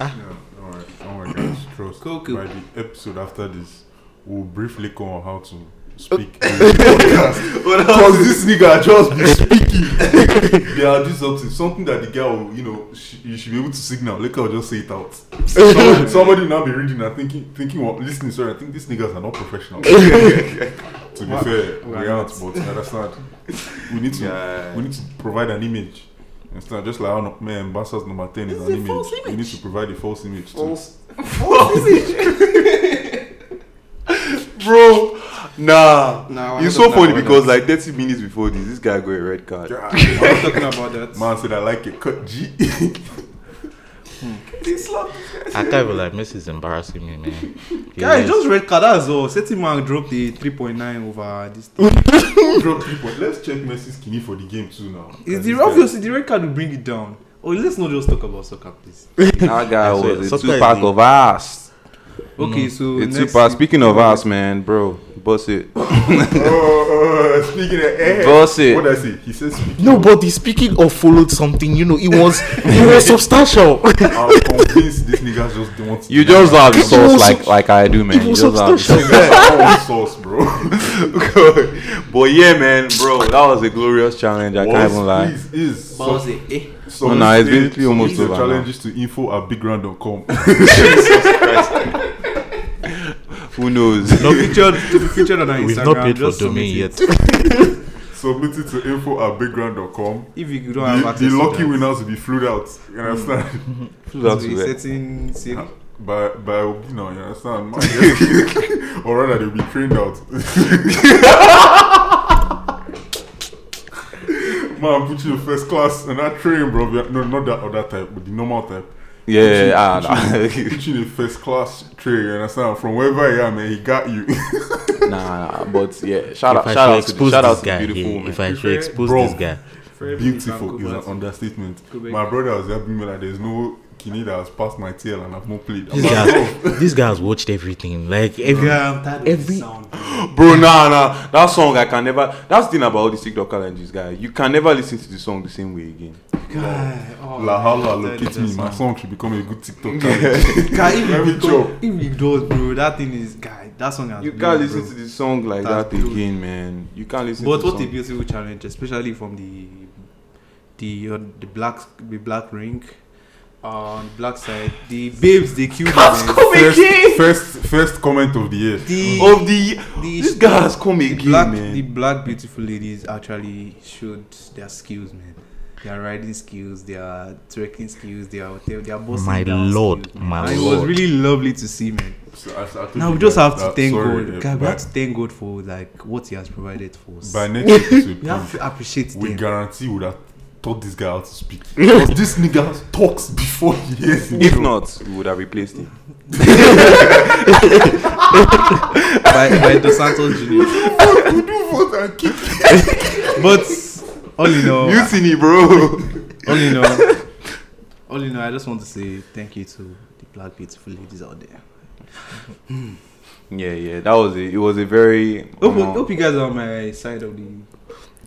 S1: Ah.
S3: Yeah, all right. Oh my gosh,
S1: *coughs*
S3: trust.
S4: Cool, cool.
S3: By the episode after this, we'll briefly come on how to speak.
S1: Oh.
S3: *laughs* in the
S1: *laughs*
S3: podcast. Because this nigga just be speaking. they are doing something, something that the girl, you know, she, you should be able to signal. Later, I'll just say it out.
S1: *laughs*
S3: Somebody, somebody will now be reading and thinking, thinking, what, listening. Sorry, I think these niggas are
S1: *laughs*
S3: not professional. *laughs* to be fair, we
S4: we are
S3: aren't, but I understand. We need to,
S1: Guys.
S3: we need to provide an image. Instead, just like how no- man Basas number ten is
S1: This
S3: an
S1: is a
S3: image.
S1: false
S3: we
S1: image.
S3: need to provide a false image. too.
S1: False. False. Bro, nah.
S4: No,
S1: It's so funny because like 30 minutes before this, this guy got a red card.
S3: God,
S4: I'm not talking about
S3: *laughs*
S4: that.
S3: man said I like it. Cut G.
S2: I can't even like Messi is embarrassing
S1: *laughs*
S2: me, man. He
S4: Guys,
S2: is-
S4: just red card as well. Setting man dropped the 3.9 over this thing.
S3: Drop three point. Let's check Messi's skinny for the game too now.
S4: Is
S3: Cause
S4: the
S3: this
S1: *laughs*
S4: obviously the red card will bring it down. Oh, let's not just talk about soccer, please.
S1: That guy
S2: *laughs* I swear,
S1: was a
S2: sometimes
S1: two pack
S2: they-
S1: of ass.
S4: Okay, so
S1: A two
S4: next
S1: pack. Speaking of ass, man, bro, bust it.
S3: guy- Oh, oh, speaking of air.
S1: Boss eh. it.
S3: What did I say? He says speaking.
S2: no, but the speaking of followed something, you know, it was it was *laughs* substantial.
S3: I'm convinced this nigga just don't want. to
S1: You
S3: deny
S1: just have the
S2: It
S1: sauce
S2: was
S1: like
S2: sub-
S1: like I do, man.
S2: it
S1: You
S2: was
S1: just have the
S2: substantial.
S1: sauce.
S3: it. This nigga has all sauce, bro.
S1: *laughs* but yeah, man, bro, that was a glorious challenge. I can't
S3: Was,
S1: even lie.
S3: Please, is. So,
S4: eh.
S3: so
S1: Oh, nah, it's
S3: say-
S1: basically almost
S3: the
S1: over now.
S3: Challenges to info at
S1: *laughs*
S3: biground.com.
S1: Who knows? *laughs*
S4: No pictured, *laughs* to be featured on our Instagram.
S2: We've not paid for
S4: just submit
S2: domain
S4: it.
S2: yet.
S3: Submit it to info at biground.com.
S4: If you don't have
S3: The,
S4: access,
S3: the lucky
S4: to that,
S3: winners will be flued out. You understand?
S1: Shout out
S4: to
S1: to
S4: a
S1: them.
S4: certain city.
S3: By by Obino, you understand? Man, or rather, they'll be trained out. *laughs* Man, put you in first class and that train, bro. We are- No, not that other type, but the normal type.
S1: Yeah, ah,
S3: Put you- put you in a first class train, you understand? From wherever I am, man, he got you. *laughs*
S1: ah, nah, *laughs* nah, nah, but yeah, shout
S2: if
S1: out, shout
S2: I
S1: out to
S2: should
S1: the,
S2: expose
S1: shout
S2: this
S1: out to
S2: guy,
S1: the beautiful
S2: eh,
S1: man.
S2: if I should expose
S3: Bro.
S2: this guy,
S3: Beautiful is an understatement.
S4: Go back.
S3: My brother was helping me like there's no kidney that has passed my tail and I've not played. I'm
S2: this *laughs*
S3: like,
S2: guy, this guy has watched everything. Like every, every
S1: Bro, nah, nah, that song I can never. That's the thing about all these TikTok challenges, guy. You can never listen to the song the same way again. *laughs*
S4: oh.
S3: La Hala, locate me. My song should become a good TikTok
S1: *laughs*
S3: challenge. *laughs*
S4: Guy, if
S3: Every
S4: it
S3: job.
S4: does- if it does, bro, that thing is guy. That song has
S1: You
S4: been,
S1: can't listen
S4: bro.
S1: to the song like
S4: That's
S1: that
S4: beautiful.
S1: again, man. You can't listen.
S4: But
S1: to the
S4: what a
S1: song.
S4: beautiful challenge, especially from the the uh, the black the black ring. Uh, on the black side, the babes they killed them.
S3: first, first, first comment of the year.
S4: The,
S1: Of the Oh, this guy has come
S4: the
S1: again,
S4: black,
S1: man.
S4: the black beautiful ladies actually showed their skills, man. Their riding skills, their trekking skills, their their, their bossing
S2: My
S4: down
S2: lord,
S4: skills, man.
S2: my
S4: And It was
S2: lord.
S4: really lovely to see, man.
S3: So, as I told
S4: Now
S3: you
S4: we just
S3: guys
S4: have
S3: that-
S4: to thank
S3: sorry,
S4: God.
S3: eh,
S4: God, we
S3: by-
S4: have to thank God for like what He has provided for us. *laughs*
S3: By next episode,
S4: we have
S3: please,
S4: to appreciate
S3: we
S4: them.
S3: guarantee we would have taught this guy how to speak. Because this nigga talks before he hears it.
S1: *laughs* If not, we would have replaced him.
S4: *laughs* by, by Dos Santos Jr.
S3: We do *laughs* vote and kick.
S4: But all in all,
S1: Mutiny, bro.
S4: all in *laughs* all, all in all, I just want to say thank you to the black beautiful ladies out there.
S1: yeah, yeah. That was it. It was a very.
S4: Hope,
S1: um,
S4: hope you guys are on my side of the.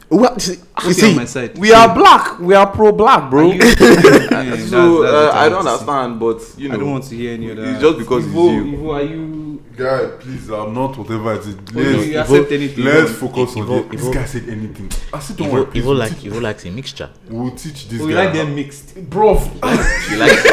S2: What? See,
S4: Hope you're on my side.
S1: we are black. We are pro black, bro. *laughs*
S4: And you- *laughs* Yeah, that's-
S1: so
S4: that's
S1: uh,
S4: what
S1: I
S4: want
S1: don't
S4: to say.
S1: understand, but you know,
S4: I don't want to hear any other.
S1: It's just because it's
S4: Ivo,
S1: you.
S4: Ivo, are you?
S3: Guy, please, I'm not whatever it is.
S4: Oh, you, you
S3: Let's,
S4: accept anything?
S3: let's focus on
S2: Evo-
S3: it. This
S2: Evo-
S3: guy said anything. I said, don't worry.
S2: Evil,
S3: please,
S2: evil
S3: we'll
S2: like
S3: teach-
S2: evil likes a mixture.
S3: We'll teach this
S4: Oh, you
S3: guy.
S4: like them mixed.
S3: Bro,
S4: *laughs*
S2: He likes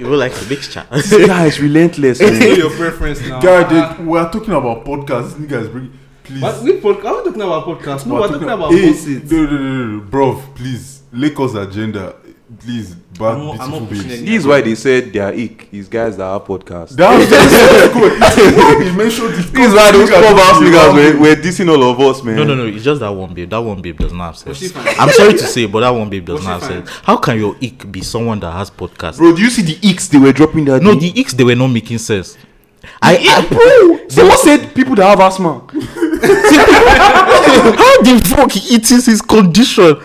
S2: evil likes a *laughs* mixture.
S1: *laughs* this guy is relentless.
S4: It's not
S1: man.
S4: your preference now.
S3: guy,
S4: Ah,
S3: did, we are talking about podcasts. This nigga is bringing. Please.
S4: What? We podcast? Are we talking about podcast? No,
S3: We're
S4: we're talking about
S3: Hey,
S4: bullshit.
S3: No, no, no, no, bro, please. Lagos agenda. Please, bad
S4: I'm not- I'm not
S3: beautiful
S4: pushing
S3: babes.
S1: *laughs*
S4: any-
S1: This is why they said they are ick. These guys that are podcast.
S3: That's just good. Why you mentioned this?
S1: This is why those poor ass niggas were, were dissing all of us, man.
S2: No, no, no. It's just that one babe. That one babe does not have
S4: Was she
S2: sex.
S4: fine?
S2: I'm sorry to say, but that one babe does
S4: Was
S2: not
S4: she
S2: have sex. How can your ick be someone that has podcast?
S1: Bro, do you see the icks they were dropping that
S2: No,
S1: day?
S2: the icks they were not making sense. I, I *laughs*
S1: Bro, someone said people that have asthma. *laughs*
S2: how the fuck it is his condition.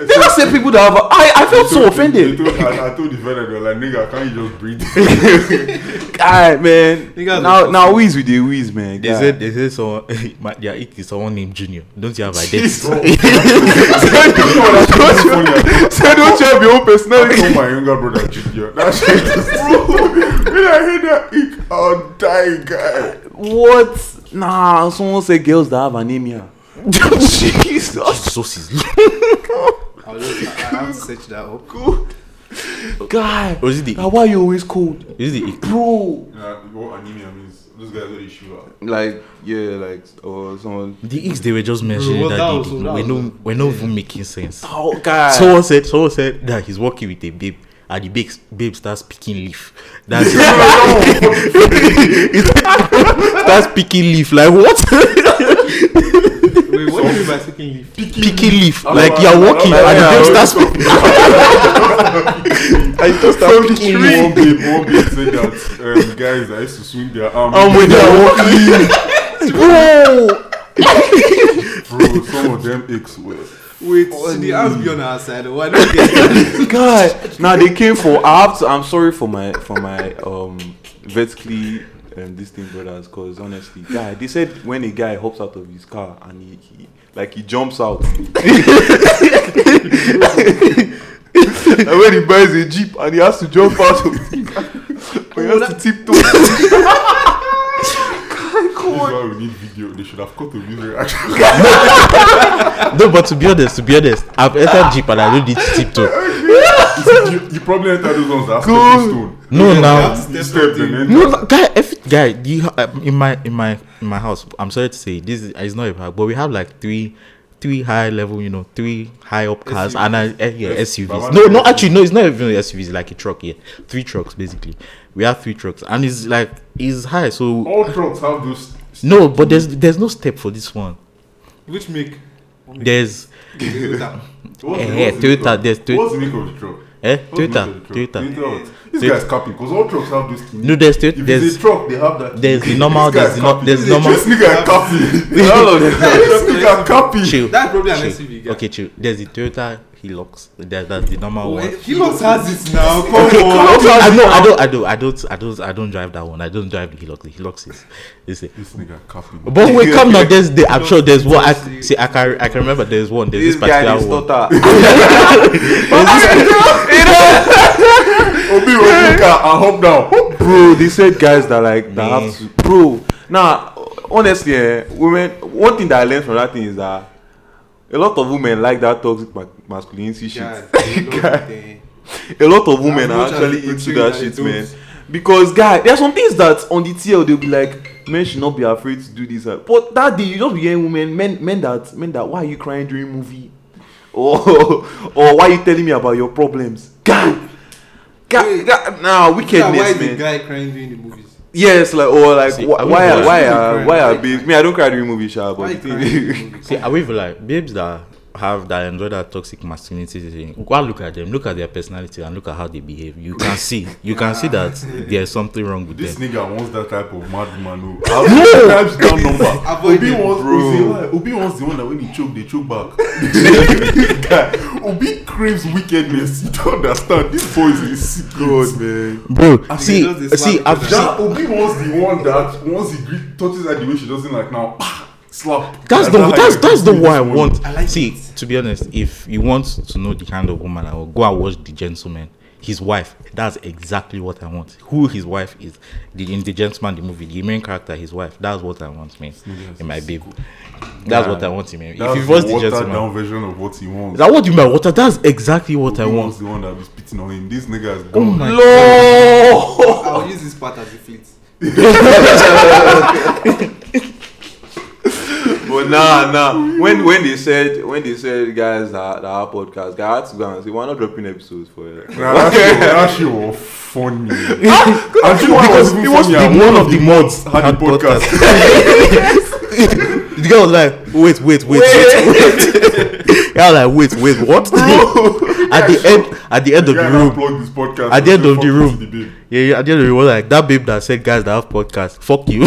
S1: They just said people that have. I, I felt so offended.
S3: I, I told the fella, they were like, nigga, can't you just breathe?
S1: God, man.
S4: You guys
S1: Now,
S4: are-
S1: now, who is with the whiz, man?
S2: They
S1: God.
S2: said they said someone *laughs* my, their ick is someone named Junior. Don't
S1: *laughs*
S2: you have identity?
S3: Bro, that's so funny. I
S1: said don't you have your own personality?
S3: told my younger brother, Junior. That shit is bro. When I hear that, ick, I'll die, guy.
S1: What? Nah, someone said girls that have anemia. *laughs* Jesus,
S2: Jesus *laughs* is
S4: I'll just, I, I have to search that up.
S1: God.
S2: Or is it the
S1: Now, why you always cold,
S2: is it the ick?
S1: bro?
S3: Nah, what anemia means, those guys are the shiva.
S1: Like, yeah, like, or someone.
S2: The icks they were just mentioning
S4: Bro,
S2: that,
S4: that
S2: they
S4: was-
S2: did.
S4: that
S2: we're
S4: was-
S2: no we're not even making sense.
S1: Oh God.
S2: Someone said someone said that he's working with a babe and the babe, babe starts picking leaf. That's
S4: *laughs*
S2: *laughs* it. starts picking leaf. Like what?
S4: Wait, what do you mean by speaking leaf?
S2: picking leaf.
S3: Oh,
S2: Like
S3: I- I-
S2: you're walking
S3: I-
S2: and the
S1: I-
S2: babe
S1: I-
S2: starts picking I just
S1: From
S2: start
S1: the
S2: picking
S1: tree.
S2: leaf.
S3: One babe, one babe said that um, guys that used to swing their arm.
S1: I'm with that walking. Bro.
S3: Bro, some of them aches were.
S4: Wait, should the ass be on our side? Why not *laughs* get
S1: God. Now they came for. I have to, I'm sorry for my for my um vertically um this thing brothers because honestly, guy, they said when a guy hops out of his car and he, he like he jumps out. *laughs* and when he buys a jeep and he has to jump out of it, or he has to tiptoe.
S3: This is why we need video. They should have caught the video. *laughs* Actually,
S2: No, but to be honest, to be honest, I've entered Jeep and I don't need to tiptoe.
S3: you, you probably entered those ones that
S1: Good.
S3: stepping stone.
S2: No, now
S4: That's-
S3: You stepped and entered.
S2: No, no, guy, every, guy, you ha- um, in my in my in my house. I'm sorry to say this is it's not a park, but we have like three three high level, you know, three high up cars and I, eh, yeah,
S3: Yes, but
S2: SUVs.
S3: one
S2: No,
S3: of
S2: no,
S3: the-
S2: actually, no, it's not even SUVs. Like a truck, yeah, three trucks basically. We have three trucks, and it's like it's high. So
S3: All trucks have those.
S2: no, but there's there's no step for this one.
S4: Which make?
S2: There's
S4: Toyota.
S3: What's
S2: Eh,
S3: the- what's the
S2: Toyota,
S3: name of-
S2: there's Toy-
S3: What's the name of the truck?
S2: eh
S3: What's the name
S2: Toyota,
S3: of the truck?
S2: Toyota.
S3: Toyota. This
S2: Toyota.
S3: guy's capping because all trucks have those.
S2: No, there's Toy-
S3: If it's a
S2: there's
S3: truck, they have that.
S2: there's the normal,
S3: This
S2: there's
S3: guy's
S2: the no,
S3: capping.
S2: there's
S3: This
S2: normal.
S3: nigga
S2: *laughs*
S3: capping. All of them. This nigga capping.
S2: Chill.
S4: That's probably an
S2: chill.
S4: SUV guy.
S2: Okay, chill. There's the Toyota Hilux. There, that's the
S3: Oh,
S2: normal one.
S4: He looks has it now. *laughs* Come on.
S2: I know, I don't, I don't, I don't, I don't, I don't drive that one. I don't drive the Hilux. The Hilux is, is it.
S3: This nigga capping.
S2: But wait, come now. There's the. I'm sure there's one. I see. I can, I can remember. There's one. There's this,
S1: This guy is
S2: particular one.
S1: *laughs* total.
S3: Obi Onika, I hope now.
S1: bro they said guys that like that
S2: Yeah.
S1: have to bro now honestly eh, women one thing that i learned from that thing is that A lot of women like that toxic ma- masculinity shit. *laughs*
S4: Guys, they love eh.
S1: Guys.
S4: them.
S1: A lot of women
S4: As
S1: are
S4: much as
S1: actually
S4: they
S1: into
S4: portray
S1: that
S4: that they
S1: shit,
S4: don't.
S1: man. Because, guy, there are some things that on the TL they'll be like, men should not be afraid to do this. But that day, you just be hearing women, men, men that, men that, why are you crying during movie? *laughs* Or, or why are you telling me about your problems? God, God,
S4: Wait.
S1: God nah,
S4: Look at why
S1: wickedness,
S4: the
S1: man.
S4: guy crying during the *laughs* movies?
S1: Yes, like or like
S2: See,
S1: why
S2: I
S1: why
S2: wouldn't
S1: are,
S2: watch
S1: why
S4: it.
S1: are, why
S4: Why
S1: are
S4: you
S1: babes?
S4: crying?
S1: Me, I don't cry during movie, sha,
S4: Why
S1: but the *laughs*
S4: you crying during the
S1: thing.
S4: movies?
S2: See, I will like babes that have that enjoy that toxic masculinity thing. Go and look at them, look at their personality, and look at how they behave. You can see, you can see that there's something wrong with
S3: This
S2: them.
S3: nigga wants that type of
S2: *laughs*
S3: madman. who- Times that number.
S4: Avoid
S3: Obi
S4: him,
S3: wants
S1: bro.
S3: Obi wants- Obi wants the one that when he choke, they choke back. Guy, Obi craves wickedness. You don't understand. This boy is a sick god, man.
S2: Bro, see,
S4: see- just a
S2: see,
S4: slap
S2: I've
S4: each
S2: seen,
S3: That Obi wants the one that once he gri- touches her the way she doesn't like now, pah, slap.
S2: That's the
S3: how
S2: that's
S3: you
S2: that's the
S3: do
S2: one I
S3: this
S2: want.
S4: I like
S2: See,
S4: it.
S2: to be honest, if you want to know the kind of woman I will go and watch the gentleman, his wife. That's exactly what I want. Who his wife is, the in the gentleman, the movie, the main character, his wife. That's what I want, man. In my babe, that's what I want, man.
S3: That's
S2: If you watch the
S3: watered
S2: gentleman,
S3: down version of what he wants.
S2: is that what you mean? by Water. That's exactly what I
S3: Obi
S2: want.
S3: wants the one that be spitting on him. This nigga is
S2: Oh
S3: gone.
S2: my
S1: Lord.
S4: I'll use this part as a
S1: *laughs*
S4: fleet.
S1: But nah, nah. When when they said when they said guys that, that our podcast, guys, I had to go and say we're not dropping episodes for it.
S3: Nah, that shit- that shit
S2: *laughs*
S3: was funny.
S2: Actually, Ah, because it was the one of the mods
S3: had the podcast.
S2: The guy was like, wait, wait, wait, *laughs* wait, wait. I was like, wait, wait, what? at the end, *laughs* at the end of the
S3: Guy that
S2: room,
S3: plugged this podcast.
S2: At the end of the
S3: Fuck
S2: room.
S3: the babe.
S2: Yeah, yeah, at the end of the day, we were like that babe that said guys that have podcasts, fuck you.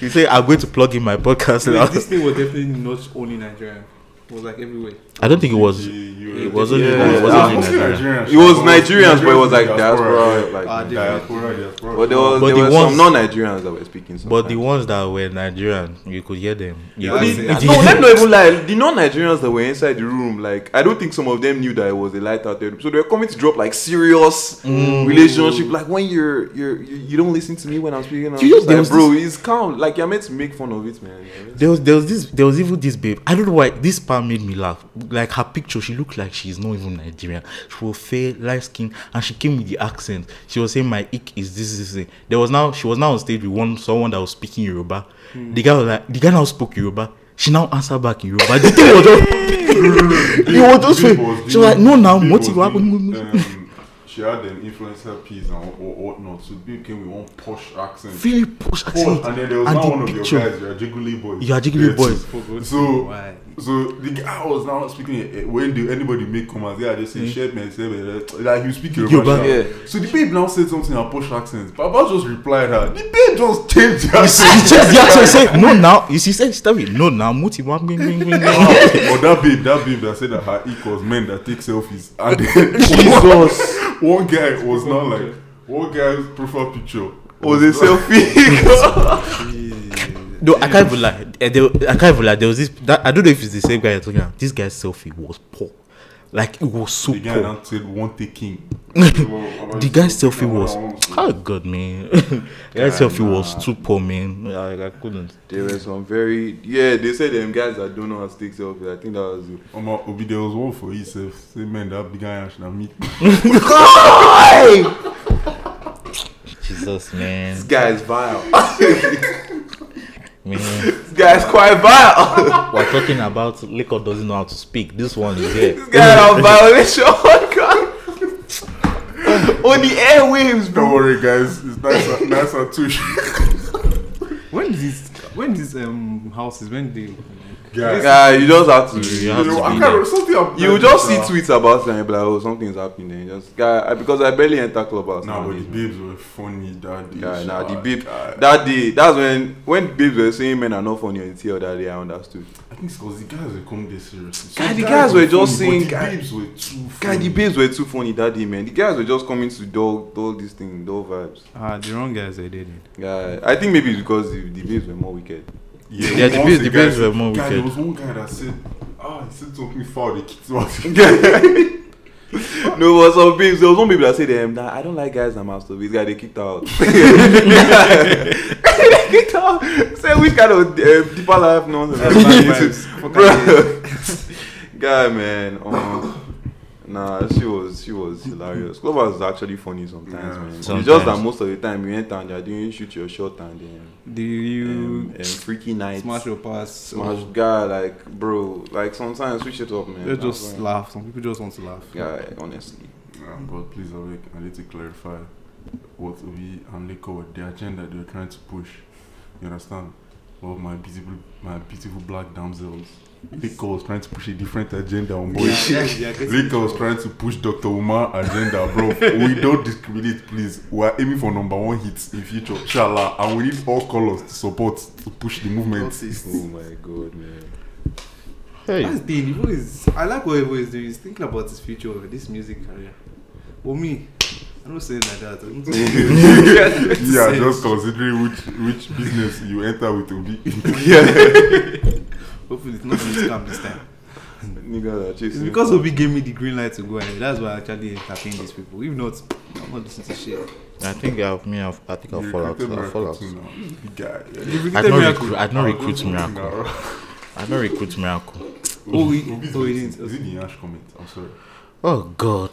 S2: *laughs* you say I'm going to plug in my podcast now.
S4: Wait, this thing was definitely not only Nigerian. It was like everywhere.
S2: I don't think it was
S3: Yeah,
S2: it
S3: you-
S2: wasn't
S1: Yeah,
S2: it
S1: yeah.
S2: wasn't
S3: Mostly
S2: Nigeria.
S3: Nigerians.
S1: It was Nigerians, but it was like
S3: Diaspora,
S1: diaspora,
S3: yeah.
S1: like.
S4: Ah, they-
S3: Diaspora, diaspora.
S1: but there was
S2: But
S1: there
S2: the
S1: were
S2: ones-
S1: some non-Nigerians that were speaking.
S2: But the
S1: sometimes.
S2: ones that were Nigerian, you could hear them. You
S4: Yeah,
S2: could-
S4: I see.
S1: no, let me not even lie. The non-Nigerians that were inside the room, like I don't think some of them knew that it was a light out there. So they were coming to drop like serious
S2: Mm.
S1: relationship. Like when you're you're you, you don't listen to me when I'm speaking. I'm
S2: You know,
S1: just
S2: there
S1: like,
S2: was
S1: bro, it's calm. Like you're meant to make fun of it, man. You're meant to-
S2: There was there was this there was even this babe. I don't know why this part made me laugh. Like her picture, she looked like she's not even Nigerian. She was fair, light skin, and she came with the accent. She was saying, "My ick is this, this, this." There was now she was now on stage with one someone that was speaking Yoruba. The guy was like, the guy now spoke Yoruba. She now answered back in Yoruba. The thing was just, it was just
S3: Babe
S2: fair.
S3: was
S2: She was like, "No,
S3: doing-
S2: now
S3: babe
S2: motive."
S3: was
S2: happened."
S3: doing,
S2: *laughs*
S3: um, She had an influencer piece and what- what- whatnot. So babe came with one posh accent.
S2: Really push accent.
S3: Posh, and then there was
S2: And
S3: now
S2: the
S3: one of your
S2: picture.
S3: guys, your jiggly boys.
S2: You are jiggly
S3: Yeah.
S2: boys.
S3: So
S4: Why?
S3: So the guy was now speaking. eh, When do anybody make comments? Yeah, they
S2: Hmm.
S3: say shit, man, say man, eh, like you speak Yoruba.
S2: Yoruba.
S3: sha.
S1: Yeah.
S3: So the babe now said something in a posh accent. Baba just replied her. The babe just changed her.
S2: You see, she just the accent. Say, "No, now." You see, she said, "No, now motive."
S3: but that babe, that babe that said that her equals men that take
S2: *laughs*
S3: selfies, and then
S1: Jesus.
S3: *laughs* one guy was not like one guy's profile picture
S1: was a
S3: not-
S1: selfie.
S2: *laughs*
S3: *laughs*
S2: No, I can't even lie. Eh, there- I can't even lie. There was this. That, I don't know if it's the same guy you're talking about. This guy's selfie was poor. Like it was so
S3: The guy
S2: poor.
S3: now said one taking.
S2: The
S3: *laughs* the
S2: guy's selfie was. Oh God, man. *laughs* the guy's selfie was too poor, man. I, I couldn't.
S1: there were some very yeah. They said them guys that don't know how to take selfies. I think that was it.
S3: Omo, Obi, there was one for himself. Say man, that big guy and should meet.
S2: Jesus,
S1: this
S2: man.
S1: guy is vile.
S2: man.
S1: this guy is quite vile. *laughs*
S2: We're talking about liquor doesn't know how to speak. This one is here.
S1: this guy is *laughs* on violation. Oh God. *laughs* on the airwaves, bro.
S3: *laughs* Don't worry, guys. It's nice, nice and *laughs* tush.
S4: When this when this um houses when they
S3: Guys,
S1: Guy, you just have to.
S2: You
S1: You,
S2: have to
S3: I
S2: be
S3: can't
S2: there.
S3: remember something. I'm-
S1: just see tweets about it and you be like, oh, something's happening. Just guy, I- because I barely enter clubhouse.
S3: Nah, but the
S1: nowadays, man.
S3: babes were funny that day.
S1: Guy, nah, the
S3: sha.
S1: babe-
S3: Guy.
S1: That day, that's when when babes were saying men are not funny until that day I understood.
S3: I think it's because the guys were coming there seriously.
S1: Guy, the guys were just
S3: funny,
S1: saying,
S3: but
S1: guy-
S3: The babes were too
S1: Guy, the
S3: funny.
S1: babes were too funny that day, man. The guys were just coming to dull, dull this thing, dull vibes.
S4: ah the wrong guys they did it.
S1: Guy, I think maybe it's because the, the babes were more wicked. *laughs*
S3: Yeah,
S2: Yeah, the
S3: once
S2: babes-
S3: a
S2: the
S3: guy
S2: babes
S3: said-
S2: were more
S3: guy, There
S2: wicked.
S3: was one guy that said, ah, he said something foul. The kids was.
S1: no, but some babes, there was one babe that said, um, nah, I don't like guys that masturbate. This guy, they kicked her out. *laughs* they kicked her out. Say, which kind of uh, deeper life nonsense?
S4: That's bad vibes. Fuck
S1: Bro, Guy, man. Um, nah, she was she was hilarious. Clubhouse is actually funny sometimes,
S3: Yeah.
S1: man. It's
S2: Sometimes.
S1: just that most of the time you enter and you're doing shoot your shot and then
S4: Do you
S1: um, um, freaky nights.
S4: smash your pass? or-
S1: Smash guy, like bro, like sometimes switch it up, man.
S4: They
S1: That's
S4: just
S1: why.
S4: laugh. Some people just want to laugh.
S1: Guy, honestly.
S3: Yeah, Um, but please, Alec, I need to clarify what we and Leko, the agenda they were trying to push. You understand? Well, my beautiful, my beautiful black damsels. Leko was trying to push a different agenda on boy.
S4: Yeah,
S3: *laughs*
S4: yeah, yeah.
S3: Leko was trying to push Dr. Umar agenda, bro. we don't discriminate, please. We are aiming for number one hits in future, inshallah, and we need all colors to support to push the movement.
S4: *laughs*
S1: Oh my god, man.
S2: Hey.
S4: That's the thing. Evo is. I like what Evo is doing. He's thinking about his future, this music career. For me, I'm not saying like that.
S3: *laughs*
S4: I'm just-
S3: *laughs* yeah, just considering which which business you enter with Obi.
S4: *laughs* Hopefully, it's not going to scam this time.
S1: Nigga, that
S4: It's
S1: chasing.
S4: because Obi gave me the green light to go ahead. That's why I actually entertain these people. If not, I'm not listening to shit.
S2: I think I've me. I've, I think I'll
S3: You
S2: fall out.
S3: recruited
S2: I'll fall out.
S3: Miracle too now. Big guy.
S4: You
S2: I'd
S4: recruited
S2: not,
S4: Miracle.
S2: recruit, I'd not
S3: I'll
S2: recruit
S3: go
S2: Miracle.
S3: now.
S2: I'd not recruit Miracle.
S4: Oh,
S3: Obi's
S4: he- oh, he
S3: voice.
S4: didn't.
S3: Is it the Ash comment? I'm sorry.
S2: Oh God.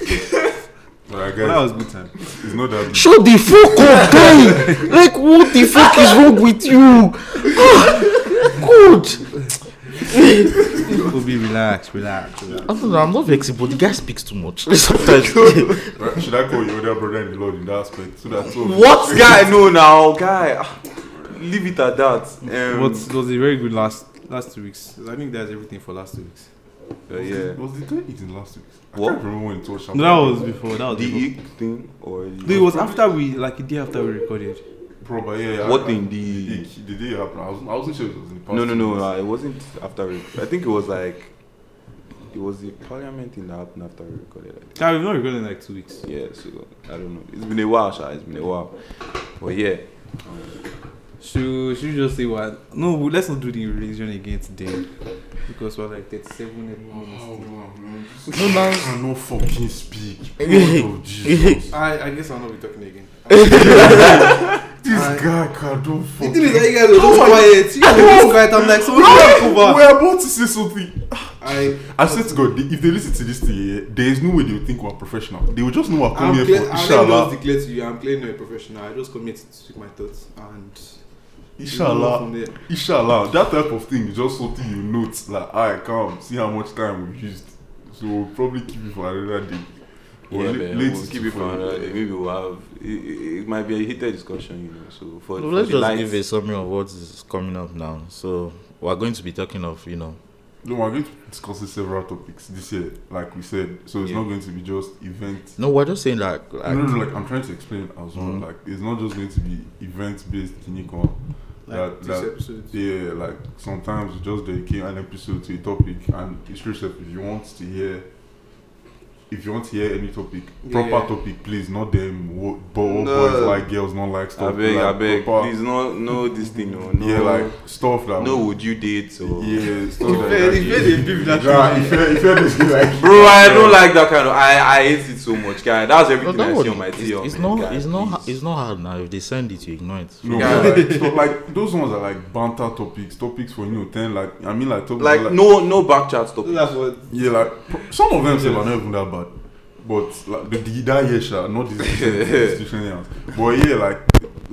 S3: Alright,
S4: But that
S3: guys,
S4: was good time.
S3: it's not that big.
S2: Shut the fuck up, guy! Like, what the fuck is wrong with you? Oh, Good.
S4: Obi, relax, relax, relax.
S2: I don't know, Ah, non, I'm not vexing, but the guy speaks too much. *laughs* Sometimes.
S3: Right, Should I call your older brother in the Lord in that aspect? So that so
S1: What *laughs* guy? No, now, guy. ah, Leave it at that. Um,
S4: What was a very good last last two weeks. I think that's everything for last two weeks.
S1: uh, yeah.
S3: Was the doing it in last week? I
S1: What?
S3: can't remember when it was.
S4: No, that was before. That was
S1: The
S4: before.
S1: ick thing or the-
S4: No, it was after we like a day after we recorded.
S3: Probably, yeah. yeah,
S1: What
S3: I-
S1: in
S3: I-
S1: the-
S3: the the day it happened? I wasn't, I wasn't sure it was in the past.
S1: no no
S3: two
S1: no
S3: months.
S1: uh, it wasn't after we, I think it was like it was the parliament thing that happened after we recorded I think.
S4: Yeah, we've not recorded in like two weeks.
S1: yeah so I don't know it's been a while Sha. it's been a while but yeah
S4: Should should we just say what? No, well, let's not do the religion again today because we're like thirty-seven
S3: Oh,
S4: minutes.
S3: man.
S2: No, now-
S3: I cannot fucking speak. Lord of
S2: *laughs*
S3: Jesus.
S4: I I guess I'll not be talking again.
S3: This
S4: I-
S3: guy cannot
S4: The thing is
S3: fucking.
S4: that you guys were just quiet. You guys were just quiet. I'm like, someone should have over.
S3: We're about to say something.
S4: oh, I
S3: I said to God, if they listen to this thing, eh, there is no way they will think we're professional. They will just know we're
S4: I'm
S3: coming here
S4: clear,
S3: for
S4: I just
S3: inshallah.
S4: declare to you, I'm clearly not a professional. I just commit to speak my thoughts and
S3: Inshallah.
S4: From there.
S3: Inshallah. That type of thing is just something you note. Like, I come, see how much time we've used. So we'll probably keep it for another day. Or
S1: yeah
S3: la-
S1: man,
S3: late
S1: we'll
S3: is
S1: keep it for
S3: fine.
S1: another day. maybe we'll have it, it, it might be a heated discussion you know so for,
S2: Well,
S1: for
S2: let's
S1: the
S2: just
S1: lights,
S2: give a summary of what is coming up now. So we're going to be talking of you know
S3: No, we're going to discuss several topics this year, like we said. So it's
S1: Yeah.
S3: not going to be just event.
S2: no we're just saying like, like
S1: Mm.
S3: no, no, like I'm trying to explain as well.
S1: Mm-hmm.
S2: Mhm.
S3: Like it's not just going to be event based kinikon.
S4: like
S3: That-
S4: this
S3: that-
S4: episode.
S3: Yeah, like sometimes you just dedicate an episode to a topic and instruct yourself if you want to hear if you want to hear any topic,
S4: Yeah,
S3: proper
S4: yeah.
S3: topic, please, not them wo- bo- oh,
S1: No.
S3: boys like girls, not like
S1: I
S3: stuff.
S1: beg
S3: like
S1: I beg
S3: proper-
S1: please no no this thing no no,
S3: Yeah, like stuff that
S1: no would you date or *laughs*
S3: yeah, stuff
S4: If
S3: like
S4: eh,
S3: that.
S4: if eh, they give that
S3: Yeah,
S4: to
S3: if eh, if eh, this be
S1: *laughs*
S3: like
S1: Bro, I don't like that kind of. I, I hate it so much, guy. That's
S2: No,
S1: everything
S2: don't
S1: I see
S2: worry.
S1: on my
S2: It's-
S1: TL.
S2: it's
S1: man,
S2: not
S1: guy,
S2: it's not ha-
S1: please.
S2: it's not hard now. If they send it, you ignore it.
S3: No,
S1: Yeah.
S3: but like, stuff like those ones are like banter topics, topics for you know ten. Like I mean, like topics
S1: like no no back chat stuff.
S4: That's what
S3: yeah, like pro- some of them say are not even that bad, but like the, the that year sha, not this institution years. But yeah, like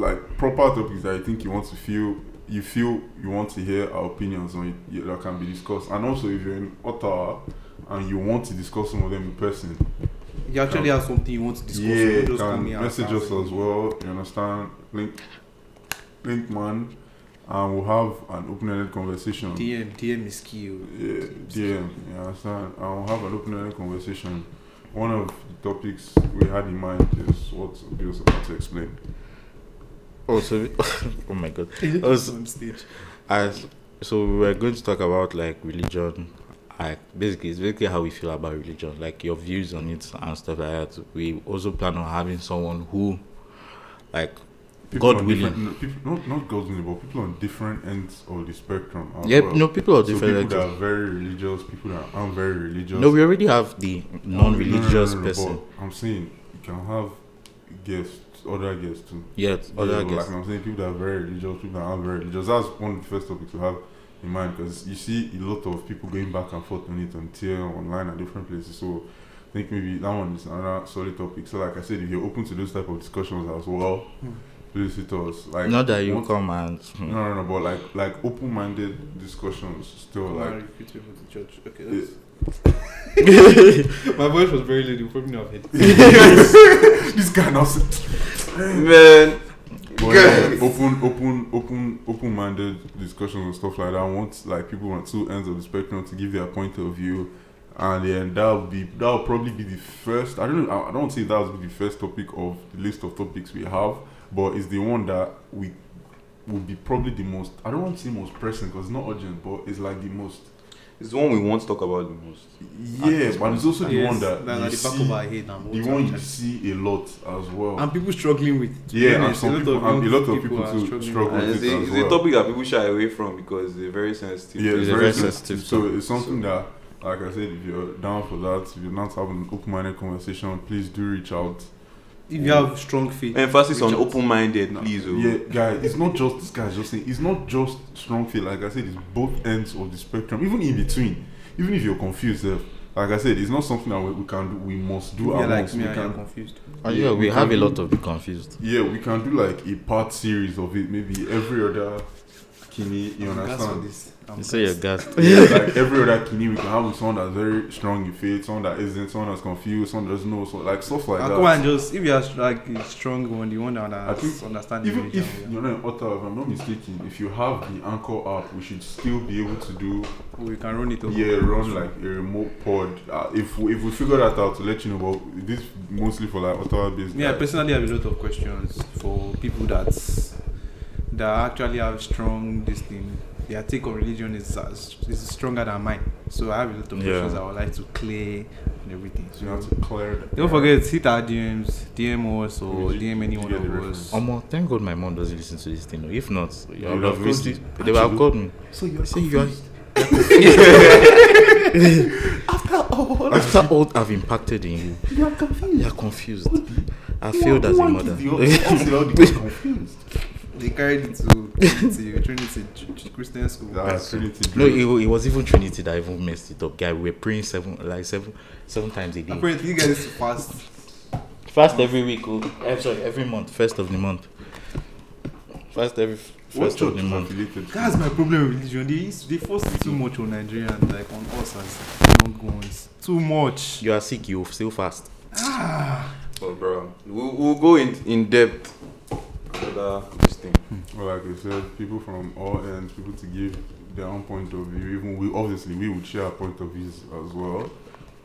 S3: like proper topics that I think you want to feel, you feel you want to hear our opinions on it yeah, that can be discussed. And also, if you're in Ottawa and you want to discuss some of them in person,
S4: you actually have something you want to discuss.
S3: yeah,
S4: you just come
S3: can
S4: here and
S3: message
S4: ask.
S3: us as well. You understand? Link, link man, and we'll have an open-ended conversation.
S4: DM, DM is key. *laughs* oh.
S3: Yeah, DM. Yeah, I understand. I'll have an open-ended conversation. One of the topics we had in mind is what Obi was about to explain.
S2: Oh, so *laughs* oh my god. Also-
S4: on stage.
S2: As so we were going to talk about like religion. I basically it's basically how we feel about religion, like your views on it and stuff like that. We also plan on having someone who, like, God
S3: on
S2: willing.
S3: different- No, people, not, not God willing, but people on different ends of the spectrum. as
S2: yeah,
S3: Oh, well.
S2: no people are
S3: So
S2: different.
S3: people
S2: like-
S3: that are very religious, people that aren't very religious.
S2: no, we already have the
S3: No, no, no,
S2: non-religious
S3: no, no,
S2: person.
S3: but I'm saying you can have guests, other guests too.
S2: Oh, Yeah, other
S3: yeah,
S2: guests.
S3: Like I'm saying, people that are very religious, people that aren't very religious. That's one of the first topics to have in mind because you see a lot of people going back and forth on it on tier, online, at different places. So I think maybe that one is another solid topic. So like I said, if you're open to those type of discussions as well,
S4: Hmm.
S3: please hit us. Like
S2: Not that you
S3: want-
S2: come and hmm.
S3: No, no, no, but like like open-minded discussions still
S4: Come and
S3: like
S4: recruit people to church. Okay,
S3: Yeah.
S4: *laughs* that's- My voice was very low. You probably know I've *laughs* hit.
S3: this guy now said-
S2: man.
S3: But yeah, open, open, open, open-minded discussions and stuff like that. I want like people on two ends of the spectrum to give their point of view, and then that'll be that'll probably be the first. I don't know. I I don't say that'll be the first topic of the list of topics we have, but it's the one that we will be probably the most. I don't want to say most pressing because it's not urgent, but it's like the most.
S1: It's the one we want to talk about the most.
S3: Yeah, but it's also the
S4: Yes,
S3: one that
S4: that's
S3: you
S4: at the back
S3: see-
S4: of our head now.
S3: the one you see a lot as well.
S4: And people struggling with. it. To be
S3: Yeah, and
S4: honest,
S3: some people- and
S4: young
S3: a lot of people
S4: are
S3: too
S4: struggling
S3: struggle
S4: with
S1: And
S4: it.
S1: it's,
S3: it
S1: a,
S3: as
S1: it's
S3: well.
S1: a topic that people shy away from because they're very sensitive.
S3: Yeah, it's
S2: It's a
S3: very
S2: very
S3: sensitive.
S2: sensitive
S3: So
S2: topic.
S3: it's something that, like I said, if you're down for that, if you're not having an open-minded conversation, please do reach out.
S4: If you have strong faith,
S1: Emphasis
S4: reach
S1: on
S4: out.
S1: open-minded, please. oh.
S3: Yeah, guys, it's not just this guy's just saying it's not just strong feel. Like I said, it's both ends of the spectrum, even in between. Even if you're confused, eh, like I said, it's not something that we, we can do. We must do
S4: Yeah,
S3: our
S4: like
S3: most.
S4: me,
S3: We
S4: I am
S3: can,
S4: confused.
S2: Oh,
S3: Yeah,
S2: yeah, we
S3: we
S2: have a
S3: can-
S2: lot of the confused.
S3: yeah, we can do like a part series of it. Maybe every other kidney, you
S4: I'm gassed for
S3: understand?
S4: this. I'm
S2: You say you're
S4: gassed.
S2: gassed.
S3: *laughs* yeah, like every other kidney we can have with someone that's very strong in faith, someone that isn't, someone that's confused, someone that doesn't know, so like stuff like
S4: And
S3: that.
S4: come and just if you are like a strong one, the one that
S3: I think
S4: has understanding.
S3: Even
S4: religion,
S3: if
S4: yeah.
S3: you're not an author, if I'm not mistaken, if you have the Anchor app, we should still be able to do
S4: we can run it over.
S3: yeah, run like a remote pod. Uh, if we, if we figure that out, to let you know. But this mostly for like author based.
S4: Me, I personally have a lot of questions for people that that actually have strong this thing. Their take on religion is as, is stronger than mine. So I have a lot of
S2: Yeah.
S4: questions I would like to clear and everything.
S3: you have to clear. the-
S4: Don't forget hit our DMs, DM us or
S3: Did you- did
S4: DM
S3: you
S4: anyone
S3: get the
S4: of
S3: reference?
S4: us.
S2: Omo, thank God my mom doesn't listen to this thing. oh. If not, I
S3: Yeah,
S2: would have
S3: you have
S2: raised
S3: confused.
S2: it. They would have
S3: Actually,
S2: called me.
S3: So you're
S2: Say you are. *laughs*
S3: confused. *laughs*
S2: After all I've impacted in you,
S3: You are confused.
S2: you are confused. I failed as a mother. *laughs*
S3: confused.
S4: They carried it to Trinity, Trinity Ch- Ch- Christian school.
S3: That's Trinity.
S2: No,
S3: Drake.
S2: it, wa- it was even Trinity that even messed it up. Guy, we were praying seven, like seven, seven times a day.
S4: Apparently, you guys fast.
S2: Fast every week. Oh, eh, sorry, every month. First of the month. First every f-
S3: What
S2: first
S3: church
S2: of
S3: is
S2: the month.
S3: affiliated? to?
S4: That's my problem with religion. They, used- they force it too much on Nigerians, like on us as young ones. Too much.
S2: You are sick. You still fast.
S1: Oh, bro. We'll, we'll go in, in depth. About this thing.
S3: Well, like I said, people from all ends, people to give their own point of view. Even we, obviously, we would share our point of views as well.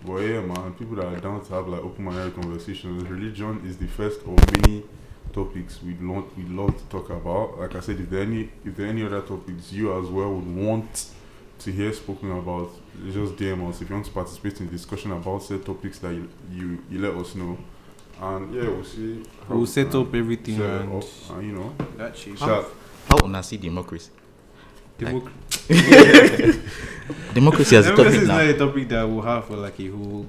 S3: But yeah, man, people that are down to have like open-minded conversations. Religion is the first of many topics we love we love to talk about. Like I said, if there are any if there are any other topics you as well would want to hear spoken about, just DM us. If you want to participate in discussion about said topics that you you, you let us know. And yeah, we'll see. how
S4: We'll set
S3: can
S4: up everything
S3: share
S4: and-
S3: up and you know,
S4: That shit.
S3: shout.
S2: How on see democracy?
S4: Democ-
S2: *laughs* Democracy as a
S4: Democracy
S2: topic
S4: is not
S2: now.
S4: a topic that we'll have for like a whole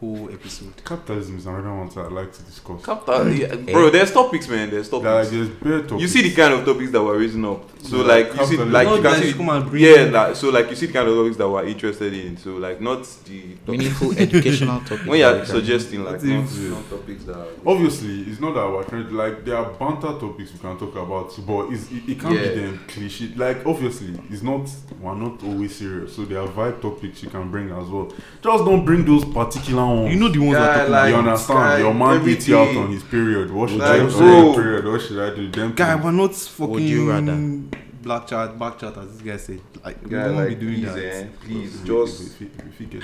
S4: whole episode.
S3: Capitalism is another one that I like to discuss.
S1: Capital, yeah, bro, there's topics, man. There's
S3: Like,
S1: topics.
S3: there's bare topics.
S1: You see the kind of topics that we're raising up. So
S3: Yeah,
S1: like you see
S3: capitalism.
S1: like
S4: Not
S1: you can
S4: that
S1: see
S4: you come and bring
S1: yeah
S4: in-
S1: like, so like you see the kind of topics that we're interested in. So like not the
S2: Meaningful educational topic.
S1: when you're suggesting like
S4: That's
S1: not,
S3: it.
S1: not topics that
S3: Obviously, it's not that we're trying to like there are banter topics we can talk about, but it's, it, it can't
S1: Yeah.
S3: be them cliche. Like obviously, it's not we're not always serious, so there are vibe topics you can bring as well. Just don't bring those particular ones.
S4: You know the ones
S1: Guy,
S4: I'm talking
S1: like-
S3: you understand? Your man beat you out
S1: everything.
S3: on his period. What should
S1: Like,
S3: I do?
S1: bro.
S3: Period. What should I do? Them
S4: about. Guy,
S3: things.
S4: we're not
S2: Would you rather?
S4: fucking black chat, back chat as this guy said. Like, we
S1: guy
S4: won't
S1: like
S4: be doing
S1: please,
S4: that.
S1: eh, please
S3: If-
S1: just
S3: if you- if you get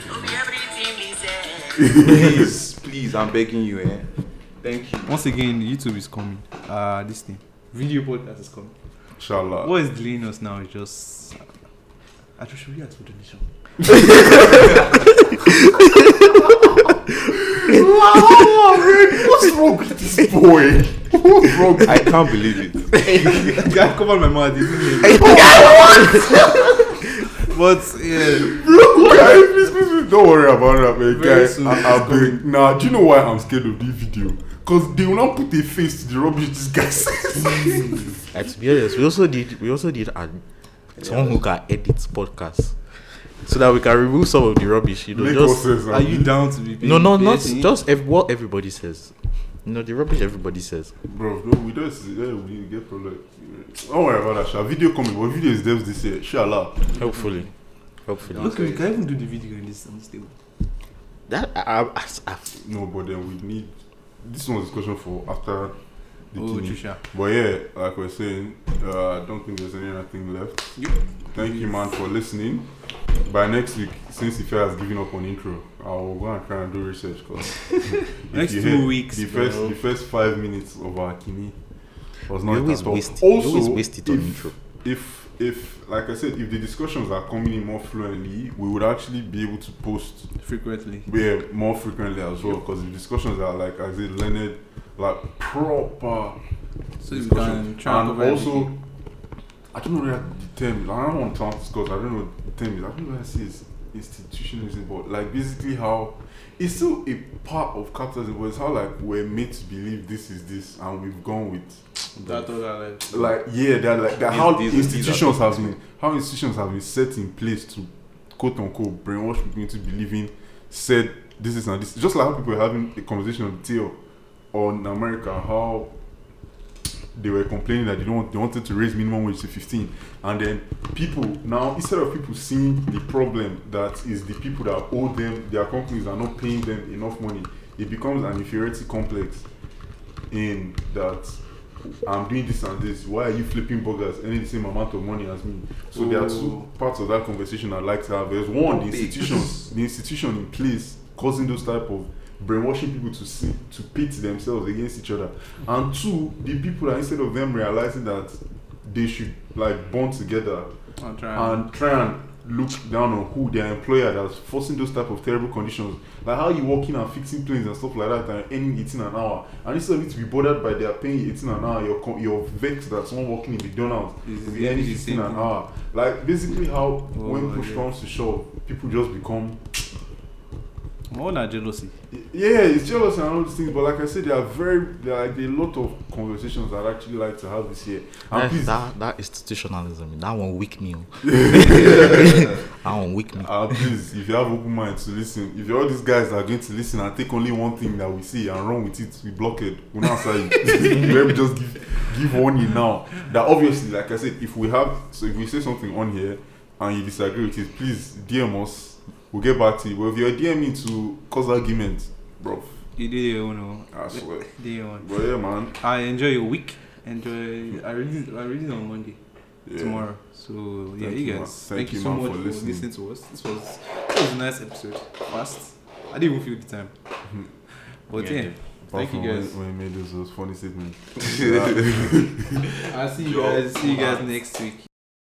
S3: it.
S1: please please I'm begging you, eh. Thank you.
S4: Once again, YouTube is coming. Uh, this thing, video podcast is coming.
S3: Inshallah.
S4: What is delaying us now is just. Actually, should we ask for donation?
S3: What's wrong with this boy? What's wrong? with-
S1: I can't believe it.
S4: *laughs* guy covered my mouth. he didn't hear me. but yeah,
S3: Guys, please, please, please, don't worry about that, man.
S4: Very
S3: Guys,
S4: soon,
S3: I, I beg. Nah, do you know why I'm scared of this video? Because they will not put a face to the rubbish this guy
S4: *laughs*
S3: says.
S2: And to be honest, we also did we also did an someone who can edit podcasts so that we can remove some of the rubbish. You know,
S3: Make us
S2: just
S3: sense,
S4: Are you
S3: abi?
S4: down to be paid?
S2: no, no, not
S4: paid?
S2: just ev- what everybody says. You know, the rubbish everybody says.
S3: Bro, no, we don't see that. We get problem. Don't worry about that. Sha. Video coming. What video is devs this year? Shala.
S2: Hopefully, hopefully.
S4: Look, we can even do the video on this, on this table.
S2: that I, I, I,
S3: No, but then we need. This one's discussion for after the
S4: Oh,
S3: kidney.
S4: Trisha.
S3: But yeah, like we're saying, uh, I don't think there's any other thing left.
S4: Yep.
S3: Thank you, man, for listening. By next week, since Ife has given up on intro, I will go and try and do research.
S4: *laughs*
S3: Cause if
S4: Next
S3: you
S4: two
S3: heard
S4: weeks,
S3: the
S4: bro.
S3: first the first five minutes of our kini was
S2: you
S3: not
S2: always
S3: at all.
S2: waste. you
S3: also,
S2: always waste it on
S3: if-
S2: intro.
S3: if if like I said, if the discussions are coming in more fluently, we would actually be able to post
S4: Frequently.
S3: yeah, more frequently as well. Because the discussions are like as it learned, like proper
S4: So you
S3: discussion.
S4: can try
S3: And
S4: cover everything.
S3: also, I don't know where the term. I don't want to discuss. I don't know what the term is. I don't know where I see is institutionalism, but like basically how it's still a part of capitalism, but it's how like we're made to believe this is this, and we've gone with
S4: That's all I like.
S3: like yeah they're like they're
S2: These-
S3: how
S2: these- these
S3: institutions
S2: are-
S3: have been how institutions have been set in place to quote unquote brainwash people into believing said this is and this just like how people were having a conversation on the tail on America how they were complaining that they don't want, they wanted to raise minimum wage to 15 and then people now instead of people seeing the problem that is the people that owe them their companies are not paying them enough money it becomes an inferiority complex in that I'm doing this and this. Why are you flipping burgers earning the same amount of money as me? So there are two parts of that conversation I'd like to have. There's one, the institutions, the institution in place causing those type of brainwashing people to see to pit themselves against each other. And two, the people that instead of them realizing that they should like bond together
S4: I'll try.
S3: and try and look down on who their employer that's forcing those type of terrible conditions like how you working and fixing planes and stuff like that and earning 18 an hour and instead of it to be bothered by their paying 18 an hour you're, co- you're vexed that someone working in McDonald's
S4: Is-
S3: will be earning
S4: is the
S3: 15
S4: same
S3: an
S4: thing.
S3: hour like basically how
S4: Oh,
S3: when push
S4: yeah.
S3: comes to shove people just become
S4: More than Oh, jealousy.
S3: yeah, it's jealous and all these things, but like I said, there are very there are a lot of conversations I'd actually like to have this year. And
S2: That,
S3: please,
S2: that, that institutionalism, that one weak
S4: *laughs*
S2: meal. *laughs* that one weak meal.
S3: Uh, please, if you have open mind to listen, if all these guys are going to listen and take only one thing that we see and run with it, we block it. We not say
S4: *laughs*
S3: it. Let me just give give warning now. That obviously, like I said, if we have so if we say something on here and you disagree with it, please DM us. We'll get back to you. But if you're DMing to cause arguments, bro,
S4: You do your own. oh.
S3: I swear.
S4: Do your own.
S3: But yeah, man.
S4: I enjoy your week. Enjoy. I release. I release on Monday.
S3: Yeah.
S4: tomorrow. So yeah,
S3: Thank
S4: you
S3: you, man.
S4: guys. Thank, you so much for listening. to us. This was this was a nice episode. Fast. I didn't even feel the *laughs* time.
S2: Yeah,
S4: But yeah, thank you
S3: Apart from
S4: guys.
S3: When,
S4: *laughs*
S3: when we made those, those funny statements.
S4: I'll see you guys. See you guys next week.